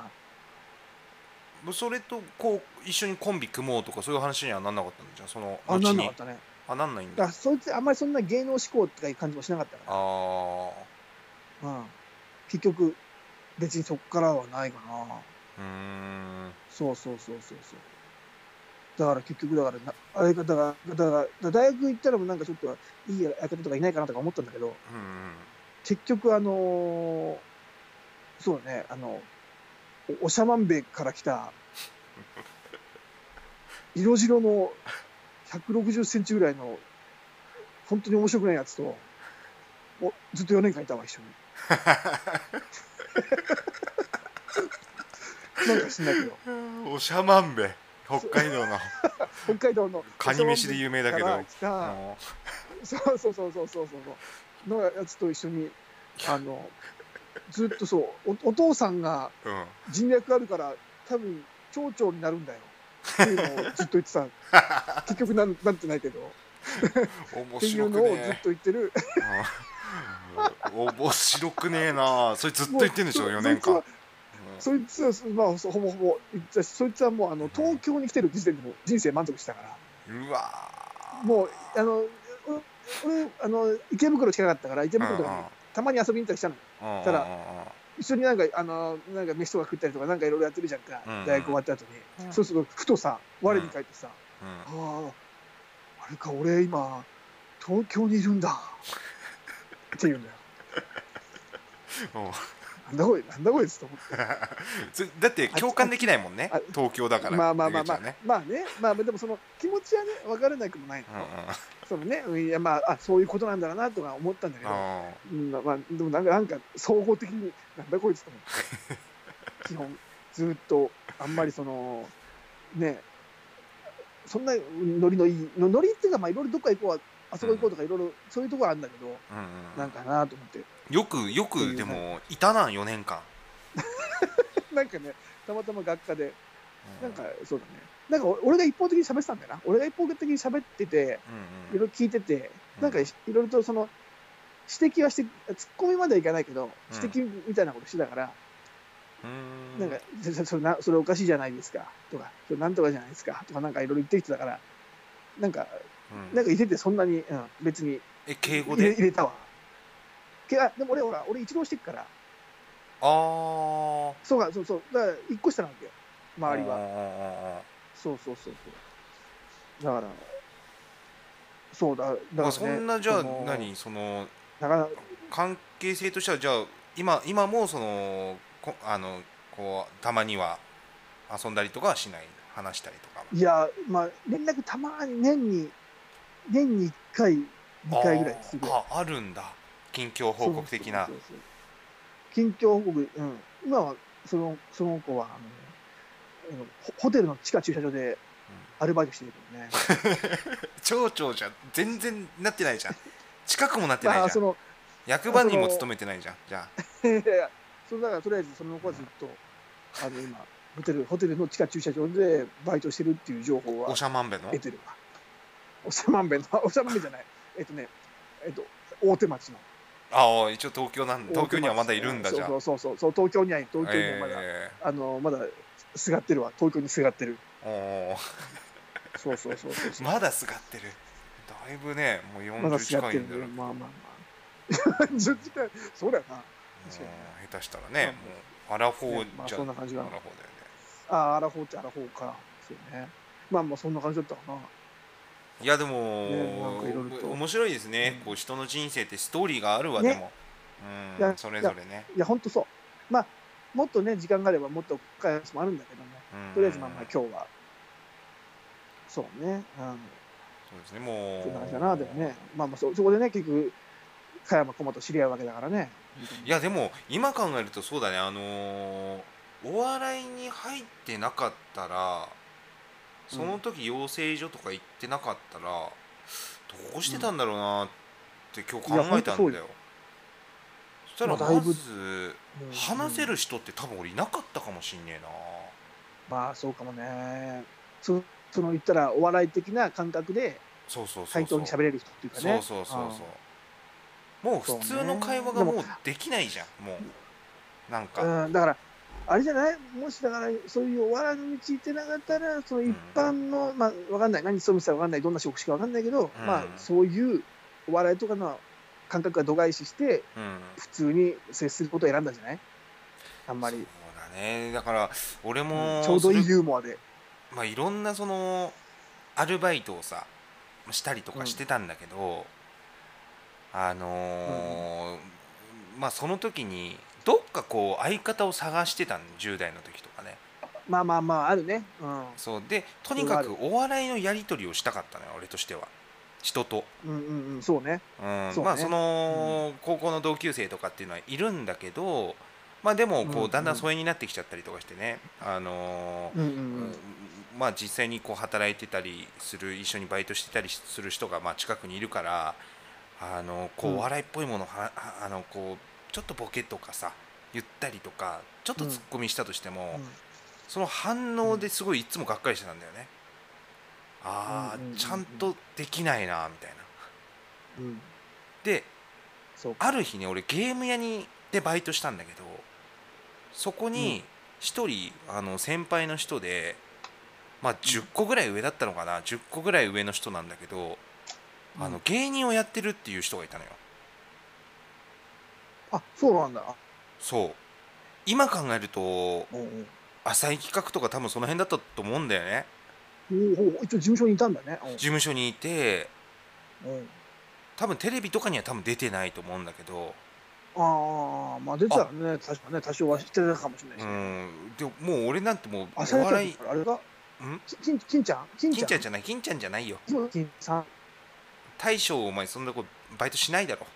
番。それとこう一緒にコンビ組もうとかそういう話にはなんなかったんじゃんそのあ、後なんなかにったね。あなんないんだからだそいつあんまりそんな芸能志向っていう感じもしなかったあかーら、うん、結局別にそこからはないかうなーんそうそうそうそうそうだから結局だからなあれがだからだから大学行ったらもうなんかちょっといい相方とかいないかなとか思ったんだけどうんうん結局あのーそうだねあのおおしゃまんべから 来た色白の160センチぐらいの本当に面白くないやつとおずっと4年間いたわ一緒 になんか知んないけどおしゃまんべ北海道 の北海道のカニ飯で有名だけどから来たもそうそうそうそうそうそうそうのやつと一緒にあのずっとそうおお父さんがううん人脈あるから多分町長になるんだよっていうのをずっと言って た結局なんなんてないけど面っていう白のくをずっとね言ってるえうん面白くねえなそれずっと言ってんでしょもう4年間そいつはそいつはそまあそほぼほぼ言ってたしそいつはもうあの東京に来てる時点でもう人生満足したからうんうわーもうあのう俺あの池袋近かったから池袋とかにたまに遊びに行ったりしたのうんうんうんただうんうんうん一緒になんかあのなんか飯とか食ったりとかなんかいろいろやってるじゃんか、うん大学終わった後に、うんそうするとふとさ我に返ってさ、うんああ、あれか、俺今、東京にいるんだ。って 言うんだよ。おうなんだこい、なんだこいつと思って。それだって共感できないもんねあ東京だからまあまあまあ出口まはあ、ねまあね、まあでもその気持ちはね、分からなくもないの。うそのね、うんいやまあ、あ、そういうことなんだろうなとか思ったんだけんうんど、うんうん、まあ、でもなんか、なんか総合的に、なんだこいつと 思って。基本、ずっと、あんまりその、ね、そんなノリのいい、のノリっていうか、まあいろいろどっか行こうは、あそこ行こうとかいろいろ、そういうところあるんだけど、うんうなんかなと思って。 よくよっていくうでもいたな4年間なんかね、たまたま学科で、うなんかそうだね、なんか俺が一方的に喋ってたんだよな、俺が一方的に喋ってて、いうんろいろ聞いてて、うんなんかいいろいろとその、指摘はして、突っ込みまではいかないけど、うん指摘みたいなことしてたから、うんなんか そそそれな、それおかしいじゃないですかとか、それなんとかじゃないですかとか、なんかいろいろ言ってきてたから、なんか、うんなんか言ってて、そんなに、うん、別にえ敬語入れで入れたわ。けあでも俺、ほら、俺一浪してっから、ああそうか、そうそう、だから一個下なんだよ、周りは。はそうそうそうそう。だから、そうだ、だから、ね。あそんなじゃあの何そのなかなか、関係性としてはじゃあ今今もそのこあのこうたまには遊んだりとかはしない話したりとかはいや、まあ、連絡たまに年に、年に1回、2回ぐらいする。あーああるんだ近況報告的なそうそうそう近況報告、うん。今は、その、その子は、あの、あのホホテルの地下駐車場でアルバイトしてるけどね。町長じゃ全然なってないじゃん近くもなってないまあ、じそゃんの、 役場にそもの勤めてないじゃんじゃあいやいやそうだからとりあえずその子はずっとあの今ホテルホテルの地下駐車場でバイトしてるっていう情報はおしゃまんべの得てるわおしゃまんべんの おしゃまんべんじゃないえっとねえっと大手町のああ一応東京なん東京にはまだいるんだじゃあそうそうそうそうそう東京にはいる東京にはまだ、えあのまだすがってるわ東京にすがってるえおーそうそうそうそうそうまだすがってるだいぶねもうまだ40すが近っているんだよ、ねうんまあまあまあ40時間そうだよな確かに下手したらねもうアラフォーねまあじゃ、そんな感じアだラなフォーだよねああアラフォーってアラフォーかそうねまあまあそんな感じだったかないやでも、ねなんかいろいろと面白いですね、うんこう人の人生ってストーリーがあるわ、ねでも、いうやん、それぞれねいや、本当そう。まあ、もっとね、時間があればもっと深い話もあるんだけども、うんとりあえずまあまあ今日は、そうね、うん、そうですねもうそういう話だな、でもね、まあまあそそこでね、結局、加山駒と知り合うわけだからね。いやでも今考えるとそうだねあのーお笑いに入ってなかったらその時養成所とか行ってなかったら、どうしてたんだろうなって今日考えたんだよいや本当そうよそしたらまあだいまぶずうん話せる人って多分俺いなかったかもしんねえなまあそうかもねそその言ったらお笑い的な感覚でそうそうそう対そ等うに喋れる人っていうかそうねそうそうそうもう普通の会話がもうできないじゃんもうなんか、うん、うんだからあれじゃないもしだからそういうお笑いの道行ってなかったらその一般の、まあわかんない何勤めてたかわかんないどんな職種かわかんないけど、うんまあそういうお笑いとかの感覚が度外視してうん普通に接することを選んだんじゃないあんまり、そうだねだから俺も、ちょうどいいそれユーモアで、まあ、いろんなそのアルバイトをさしたりとかしてたんだけど、あのーまあその時にどっかこう相方を探してたの10代の時とかねまあまあまああるねうんそうでとにかくお笑いのやり取りをしたかったのよ俺としては人と、うんうんうんそうねうんそうねまあその、高校の同級生とかっていうのはいるんだけどまあでもうんこううんだんだん疎遠になってきちゃったりとかしてね、あのーうんうんまあ、実際にこう働いてたりする一緒にバイトしてたりする人がまあ近くにいるからあのこううん笑いっぽいものはああのこうちょっとボケとかさ言ったりとかちょっとツッコミしたとしても、うんその反応ですごいいつもがっかりしてたんだよね。ああ、うんうんうんうんちゃんとできないなみたいな。うん、うん、でそうかある日ね俺ゲーム屋にでバイトしたんだけどそこに一人、あの先輩の人でまあ10個ぐらい上だったのかな10個ぐらい上の人なんだけど、あの芸人をやってるっていう人がいたのよあそうなんだ。そう今考えるとおうん浅い企画とか多分その辺だったと思うんだよねおう一応事務所にいたんだね。事務所にいておう多分テレビとかには多分出てないと思うんだけどああ、まあ出てたらね、確かね、多少は知ってたかもしれないうし。んでももう俺なんてもうあ、おさや笑いちゃん、あれだ。んちちん、ちんちゃんちん金ちゃんちゃんじゃない金ちゃんじゃないよそうちんさん、大将お前そんなこバイトしないだろ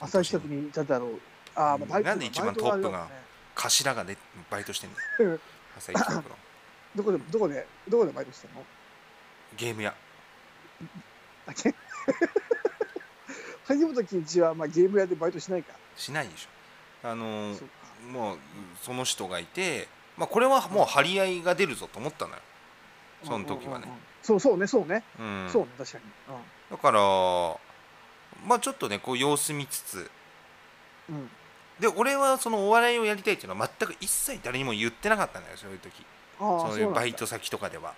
朝日企画にいただろう。ああ、まあバイトなんで一番トップがバイトはあれだもんね頭がねバイトしてんだようん朝一のどこで、どこで、どこでバイトしてんのゲーム屋あけ 萩本欽一は、まあ、ゲーム屋でバイトしないか。しないでしょあのーそうかもうその人がいてまあこれはもう張り合いが出るぞと思ったのよその時はねうんうんうんうんそうそうね、そうね。うんそうね、確かに。だからまあちょっとねこう様子見つつうん。うん。で俺はそのお笑いをやりたいっていうのは全く一切誰にも言ってなかったのよそういう時ああ、そういうバイトそ先とかでは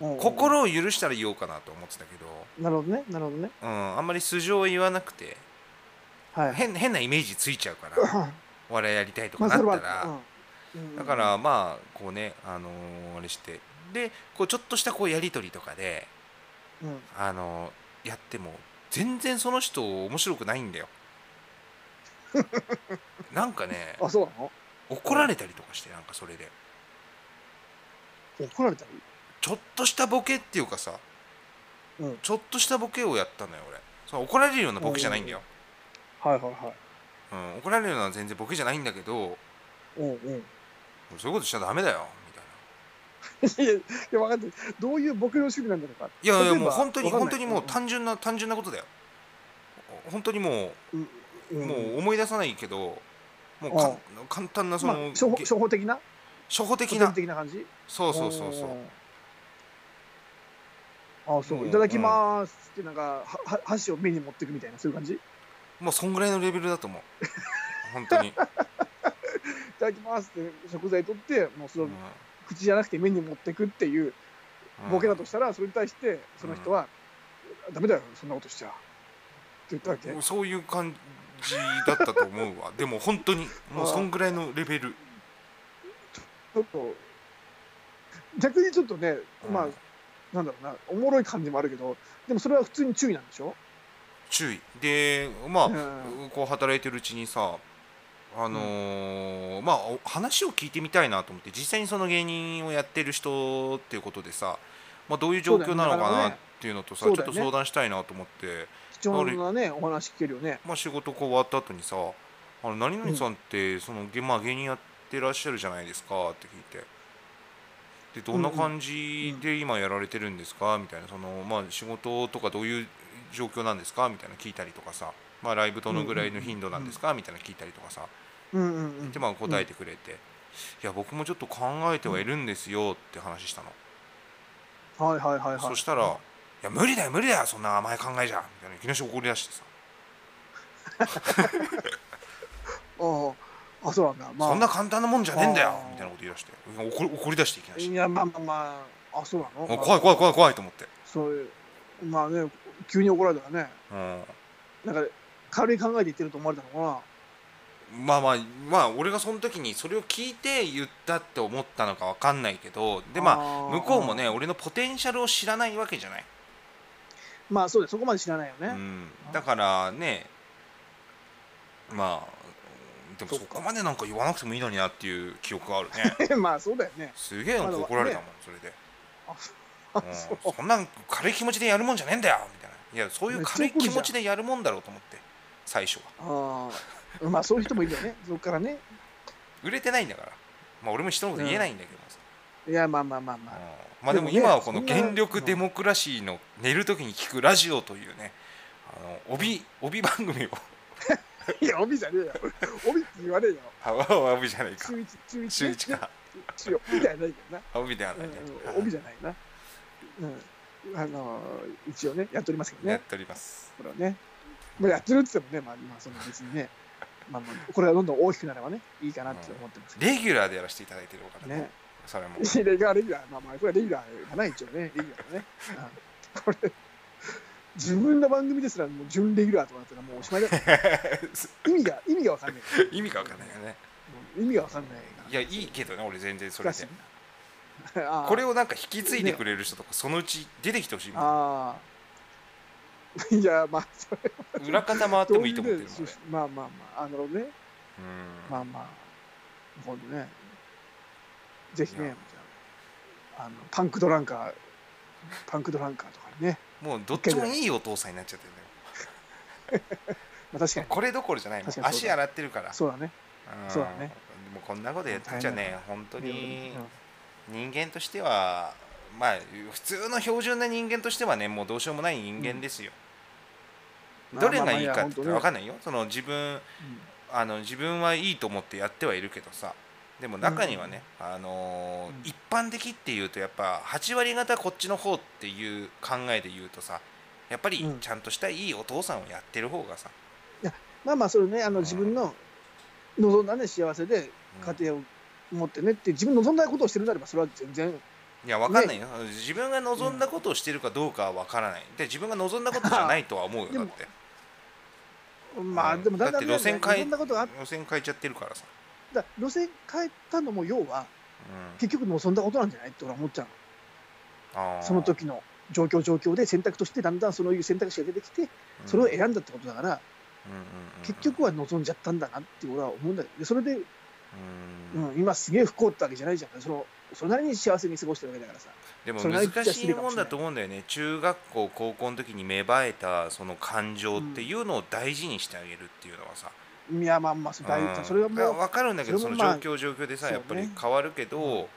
うなんだ。心を許したら言おうかなと思ってたけどうんなるほどね、なるほどね。うんあんまり素性を言わなくてはい。変変なイメージついちゃうからお笑いやりたいとか まあなっそたれら、はうんうんだからまあこうねあのーあれしてでこうちょっとしたこうやり取りとかでうんあのーやっても全然その人面白くないんだ よなんかねあそうなの怒られたりとかしてなんかそれで怒られたちょっとしたボケっていうかさのうんちょっとしたボケをやったのよ俺その怒られるようなボケじゃないんだよ、はいはいはいうん、怒られるような全然ボケじゃないんだけどうんうん そういうことしちゃダメだよみたいないやいや分かってるどういう僕の趣味なんだろうかいやいや例えばもう本当にわかん本な当いにもううん単純な単純なことだよ本当にもうんう、うんもう思い出さないけどもうかん簡単なその、まあ初歩げ初歩的な初歩的古な典的な感じそうそうそうそうああそもうういただきまーすってなんかはは箸を目に持ってくみたいなそういう感じいもうそんぐらいのレベルだと 思う本当に、ただきますって食材取ってもうそれうをん口じゃなくて目に持ってくっていううんボケだとしたらそれに対してその人は「ダメだよそんなことしちゃ」って言ったわけそういう感じだったと思うわでも本当にもうそんぐらいのレベルちょっと逆にちょっとね、まあうんなんだろうなおもろい感じもあるけどでもそれは普通に注意なんでしょ注意でまあ、うんこう働いてるうちにさあのーまあお話を聞いてみたいなと思って実際にその芸人をやってる人っていうことでさ、まあ、どういう状況なのかそうだよなねっていうのとさ、そうちょだっよとね相談したいなと思って、貴重なねお話聞けるよねまあ、仕事こう終わった後にさ「あの何々さんってその、げまあ、芸人やってらっしゃるじゃないですか」って聞いて。でどんな感じで今やられてるんですかみたいなその、まあ、仕事とかどういう状況なんですかみたいな聞いたりとかさ、まあ、ライブどのぐらいの頻度なんですかみたいな聞いたりとかさうんうんうんでまあ答えてくれて、いや僕もちょっと考えてはいるんですよって話したの、はいはいはいはいそしたら「いや無理だよ無理だよそんな甘い考えじゃん」みたいないきなり怒り出してさ、あああそうなんだまあそんな簡単なもんじゃねえんだよあ」ーみたいなこと言い出して怒り怒り出していきなりいやまあまあまああそうなのあ怖い怖い怖い怖いと思って、そういうまあね急に怒られたらねう、なんか軽い考えで言ってると思われたのかなんまあまあまあ俺がその時にそれを聞いて言ったって思ったのか分かんないけどでまああー向こうもね俺のポテンシャルを知らないわけじゃない、まあそうですそこまで知らないよね、うん、だからねまあでもそっそかこまでなんか言わなくてもいいのになっていう記憶があるね まあそうだよねすげえなんか怒られたもんそれで、あうん、そんなん軽い気持ちでやるもんじゃねえんだよみたいないやそういう軽い気め持っちゃ怒るちじでやるもんだろうと思って最初はああまあそういう人もいるよねそこからね売れてないんだからまあ俺も人のこと言えないんだけどさ、いやまあまあまあまうんあまあでもでもね今はこのそんな原力デモクラシーの寝る時に聞くラジオというねあの帯帯番組を いや帯じゃねえよ帯って言わねえよあわ帯じゃないか中一中一週一か 中四みたいないけどな、あ帯ではなういんね、うん、帯じゃないなうんあのー一応ねやっておりますけどやっねておりますこれはねまあやってるって言ってもねまあまあその別にねまあまあこれがどんどん大きくなればねいいかなって思ってますけレギュラーでやらせていただいてるからどねねそ れも レギュラー、レギュラー、まあまあ、これはレギュラーかな、一応ね、レギュラーね。うんこれ、自分の番組ですら、もう準レギュラーとかだったら、もうおしまいだよ。意味が、意味がわかんない。 意味がわかんないよねもう意味がわかんないから。いやいいけどね俺全然それでしかしああこれをなんか引き継いでくれる人とかそのうち出てきてほしいもんああ。いや、まあ、それ裏方回ってもいいと思ってるもんどうねいうねまあまあまあ、あのね、うんまあまあ、今度ね、ぜひいねや、あのパンクドランカー、パンクドランカーとかにね、もうどっちもいいお父さんになっちゃってるねまあ確かに、これどころじゃないもう確かにそう足だ洗ってるからそうだね。んそうだねもうこんなことやってちゃね本当にうん人間としてはまあ普通の標準な人間としてはねもうどうしようもない人間ですよ、どれがいいかって言ったら分かんないよその自分あの自分はいいと思ってやってはいるけどさでも中にはね、あのーうん一般的っていうとやっぱ8割方こっちの方っていう考えで言うとさやっぱりうんちゃんとしたいいお父さんをやってる方がさ、まあまあそれねあうのん自分の望んだね幸せでうん家庭を持ってねって自分の望んだことをしてるならばそれは全然いや分かんないよ、自分が望んだことをしてるかどうかは分からないで自分が望んだことじゃないとは思うよ でだっもてまあうんでもだんだんねだって路線変え望んだことがあっ路線変えちゃってるからさ、た路線変えたのも要はうん結局望んだことなんじゃないって俺は思っちゃうあーのその時の状況状況で選択としてだんだんそのいう選択肢が出てきてそれを選んだってことだからうんうんうんうん結局は望んじゃったんだなって俺は思うんだけどでそれでううんん今すげえ不幸ってわけじゃないじゃんそのそれなりに幸せに過ごしてるわけだからさでもそれが難しいもんだと思うんだよね中学校高校の時に芽生えたその感情っていうのを大事にしてあげるっていうのはさ、いやまあまあそれ大うんそれはもう分かるんだけどそそれのも状まあ況状況でさ、そうやねっぱり変わるけど、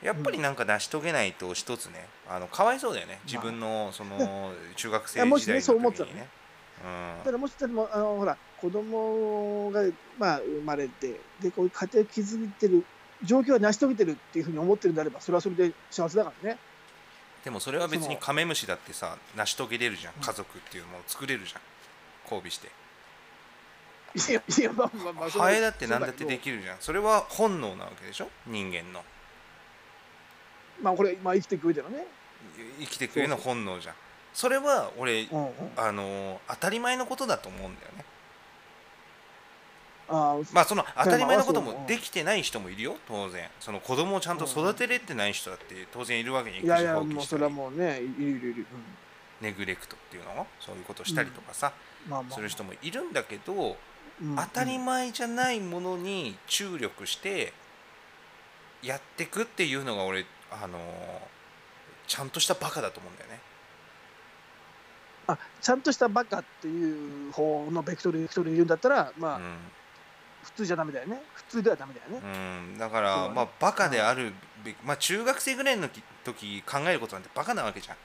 やっぱりなんか成し遂げないと一つねあのかわいそうだよね自分のそ の中学生いやも時しね代そうの思っ時てたにらねね。うたんだもしでもあのほら子供がまあ生まれてでこういう家庭を築いてる状況を成し遂げてるっていうふうに思ってるんであればそれはそれで幸せだからねでもそれは別にカメムシだってさ成し遂げれるじゃんうん家族っていうものを作れるじゃん交尾していやいやまあまあまあそれはハエだって何だってそうでけきるじゃんそれは本能なわけでしょ人間のどまあこれ、まあ、生きていく上でのね、生きてくれるのは本能じゃんそれは俺うんうん、あの当たり前のことだと思うんだよねあーまあその当たり前のことまあそうもうんできてない人もいるよ当然その子供をちゃんと育てれてない人だって当然いるわけにいいくやしいや放も棄うしたそれはりもうねいるいるいる、ネグレクトっていうのそういうことしたりとかさうんまあまあする人もいるんだけどうん当たり前じゃないものに注力してやってくっていうのが俺あのちゃんとしたバカだと思うんだよね。あちゃんとしたバカっていう方のベクトルベクトルで言うんだったらまあ、普通じゃダメだよね普通ではダメだよね、うん、うん、だから、そうねまあバカであるべき、まあ中学生ぐらいの時時考えることなんてバカなわけじゃん。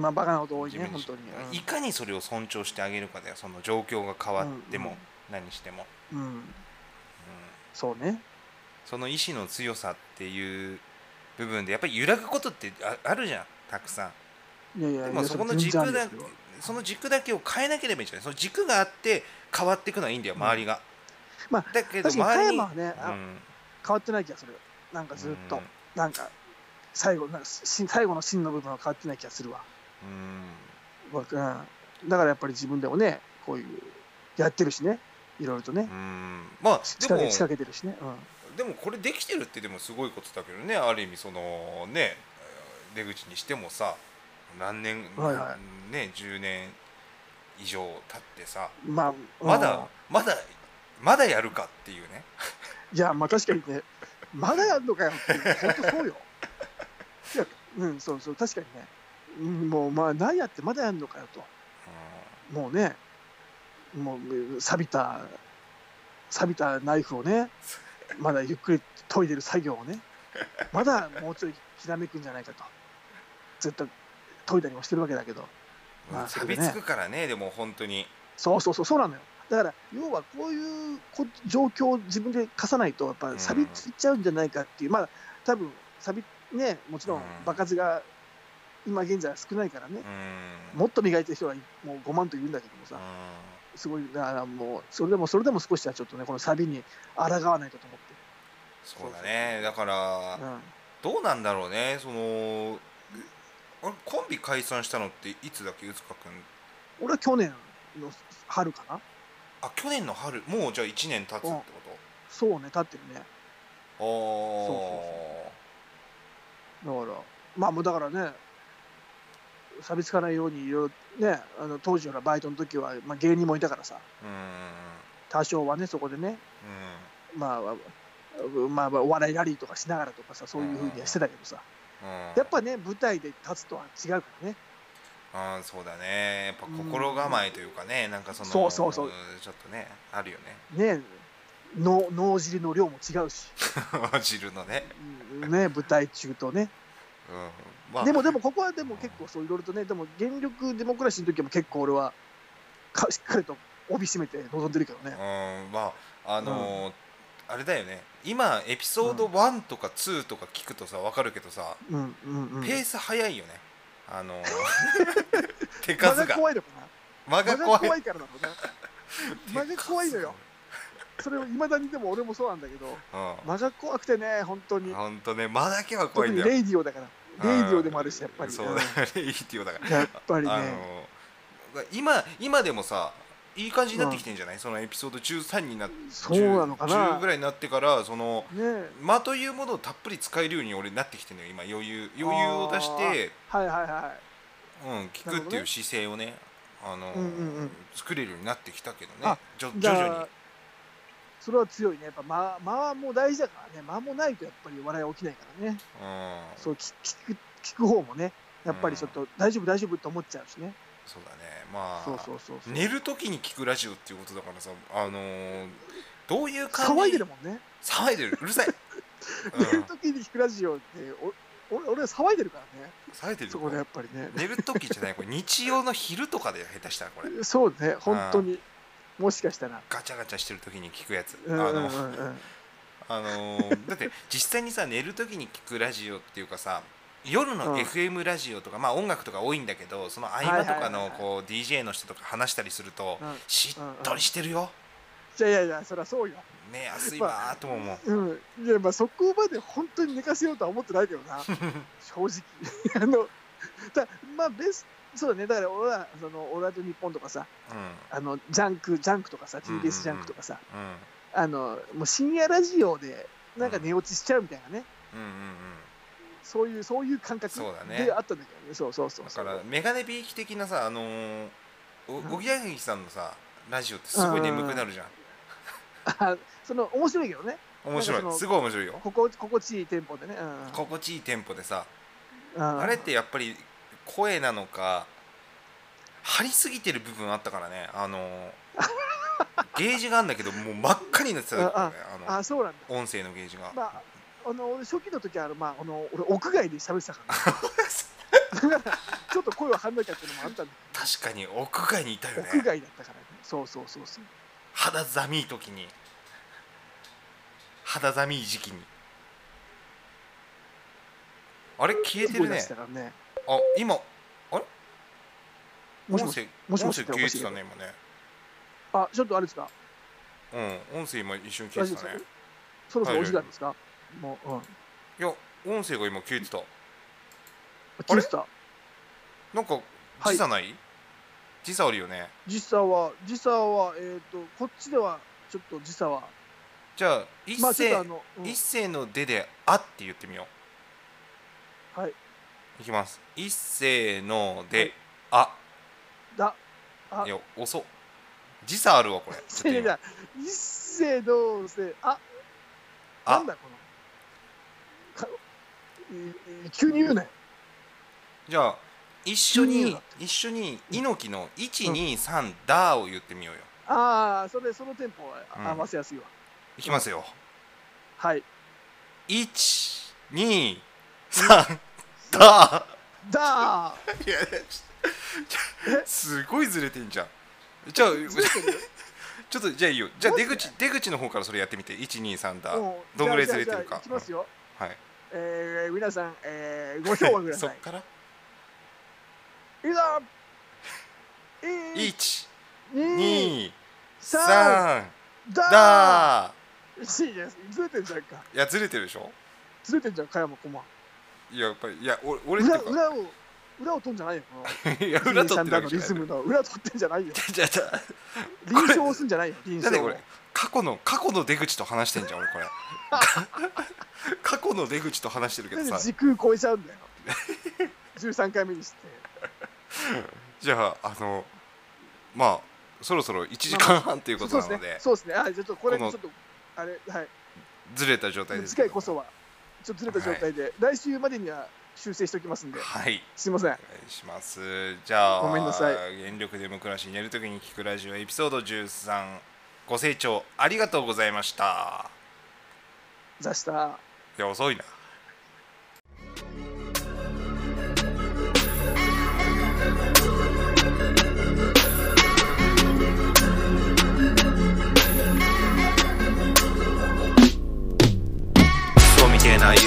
まあバカなこと多い自ね分本自当に身、いかにそれを尊重してあげるかだよその状況が変わっても、何しても、うん、うん、うんそうねその意志の強さっていう部分でやっぱり揺らぐことってああるじゃんたくさんいやいやでいもやそこの全軸然あるんでだすけどその軸だけを変えなければいいんじゃないその軸があって変わっていくのはいいんだようん周りが、まあだけど確かに加周りに、山はね、あうん変わってない気がするなんかずっと、うんなんか最後なんかし最後の芯の部分は変わってない気がするわ僕、うん、だからやっぱり自分でもねこういうやってるしねいろいろとねうんうんまあ仕で掛もけ仕掛けてるしね、うん、でもこれできてるってでもすごいことだけどねある意味そのね出口にしてもさ何年、はいはね10年以上経ってさまあ、まうだまだまだやるかっていうねんいや、まあ確かにね、まだやんのかよっていう、本 当そうよ。いや、うん、そうそう、確かにね、うんもう、まあ、何やってまだやんのかよと、もうね、もう、錆びた、錆びたナイフをね、まだゆっくり研いでる作業 をね、まだもうちょいひらめくんじゃないかと、ずっと研いだりもしてるわけだけど、うんまあ錆びつくからねでも本当にそうそうそう、そうなのよ。だから、要はこういうこ状況を自分で課さないと、やっぱ錆びついちゃうんじゃないかっていう、まあ、多分錆び、ね、もちろんうん場数が今現在は少ないからねう、んもっと磨いてる人はいもう5万といるんだけどもうさん、すごい、だからもう、それでも、それでも少しはちょっとね、この錆びに抗わないかと思っそうだねだからて、うん、どうなんだろうねそのあれコンビ解散したのっていつだっけうつかくん俺は去年の春かな、あ去年の春もうじゃあ1年経つってことそうね、経ってるね、あーそうだから、まあもうだからね、錆びつかないようにいろいろね、あの当時のバイトの時は、まあ、芸人もいたからさ、うんうん多少はね、そこでね、まあ、まあ、まあ、お笑いラリーとかしながらとかさ、そういうふうにはしてたけどさ、うんうんやっぱね、舞台で立つとは違うからね、あーそうだねやっぱ心構えというかね、なんかそのそうそうそうんちょっとねあるよね ね、の脳汁の量も違うし、汁のね、うんね、舞台中とね、うんまあ、でもでも、ここはでも結構そういろいろとね、でも、原力デモクラシーの時も結構俺はか、しっかりと帯締めて臨んでるけどね。うんまああのーあれだよね今エピソード1とか2とか聞くとさ分かるけどさ、うんうんうん、ペース早いよねあの ー手間数がが怖いのかな間が間が怖い怖いからなのね間が怖いのよそれをいまだにでも俺もそうなんだけどう間が怖くてね本当んにほんとね間だけは怖特いんにだよレイディオだからレイディオでもあるしやっぱり、そううだんよレイディオだからやっぱりあねのー今今でもさいい感じになってきてんじゃない、そのエピソード13になってそうなのかなぐらいになってからそのねえ間というものをたっぷり使えるように俺なってきてるのよ今余裕余裕を出してはいはいはうん、聞くっていう姿勢をねあの、うんうんうん作れるようになってきたけどねあじょい徐々にだそれは強いねやっぱ間間はもう大事だからね間もないとやっぱり笑いは起きないからねうんそそうう聞聞く聞く方もねやっぱりちょっと大丈夫大丈夫って思っちゃうしね、だねまあそうそうそうそう、寝る時に聞くラジオっていうことだからさあのーどういう感じ騒いでるもんね騒いでるうる さい、うん寝るときに聞くラジオって、お俺、俺は騒いでるからね、騒いでるそこでやっぱりね。寝る時じゃないこれ日曜の昼とかで下手したらこれそうね、本当に、もしかしたら。ガチャガチャしてる時に聞くやつ、うんうあんのうんうんあのーだって実際にさ寝る時に聞くラジオっていうかさ夜うのん FM ラジオとか、まあ音楽とか多いんだけどその合間とかはいはいはいのはいこう DJ の人とか話したりするとうんしっとりしてるよ、いやいやいや、そりゃそうよ。ねえ安いわーとも思う、うん。いや、まあそこまで本当に寝かせようとは思ってないけど な、正直。 あの、だまあベスそうだね、だから俺は、その、オールナイトニッポンとかさ、うあの、ジャンク、ジャンクとかさ、うんうん TBS ジャンクとかさ、ん、あの、もう深夜ラジオで、なんか寝落ちしちゃうみたいなね、うんうんうんそういう、そういう感覚そうだねであったんだけどね、そうそうそうだそかう。らメガネビーキ的なさあのーおうんおぎやはぎさんのさラジオってすごい眠くなるじゃんあその面白いけどね面白なんかいそのすごい面白いよここ心地いいテンポでね、うん心地いいテンポでさうんあれってやっぱり声なのか張りすぎてる部分あったからねあの ゲージがあるんだけどもう真っ赤になってたからねああそうなんだの音声のゲージが、まああの俺初期の時はあの、まあ、あの俺屋外で喋ってたからね、 だからちょっと声を張んなきゃっていうのもあったんだ確かに屋外にいたけどよ屋ね外だったからねそうそうそうそう肌寒い時に肌寒い時期にあれ消えてる声出ねしてたからねあ今あれも音し声もし音もし声もし消えてたね今ねあちょっとあれですかうん音声今一瞬消大えて丈夫たですねかそろそろお時間ですかもううんいや音声が今消えてた消えてたなんかはい時差ない、時差あるよね時差は時差はえっとこっちではちょっと時差はじゃあ一まあちょっ斉、とあのうん一斉の出で「あ」って言ってみようはいいきます一斉のはでい「あ」だあいや遅っ時差あるわこれちょっと いやい今や一斉どうせあなあんだこのかいい急に言うねじゃあ一緒急に言うにな一緒に猪木の「123だ」を言ってみようよああそれそのテンポはあうん合わせやすいわ、いきますよはい123だだいやちょすごいずれてんじゃんじゃあーずれてるよちょっとじゃあいいよじゃあマ出ジで口出口の方からそれやってみて123だもうどんぐらいじゃあずれてるかじゃあじゃあいきますよ、はいえー、皆さん、えー、ご評価くだそさいっからいざい二123三だだーいいですずれてんじゃんかいやずれてるでしょずれてんじゃんか山駒いややっぱりいや俺俺って裏いう裏を裏を取んじゃないよこのかいや 裏取ってるだわのけじゃリないズムの裏取ってんじゃないよじゃあじゃあ臨床を押すんじゃないよ臨なんで床こをれ過去の過去の出口と話してんじゃん俺 これ過去の出口と話してるけどなんでさ時空超えち ゃうんだよ13回目にしてじゃああのまあそろそろ1時間半ということなのでそうですねそうですねあじゃあちょっとこれちこょのっとあれはいずれた状態です次けど回こそはちょっとずれた状態で、来週までには修正しておきますんではいすいませんお願いしますじゃあごめんなさい原力で無暮らし寝るときに聞くラジオエピソード13ご清聴ありがとうございました座したいや遅いなクソみてえな YouTuber 溢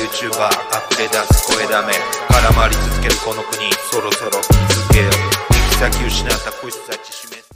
れ出す声だめ絡まり続けるこの国そろそろ気づけよ行き先失った個室たち締め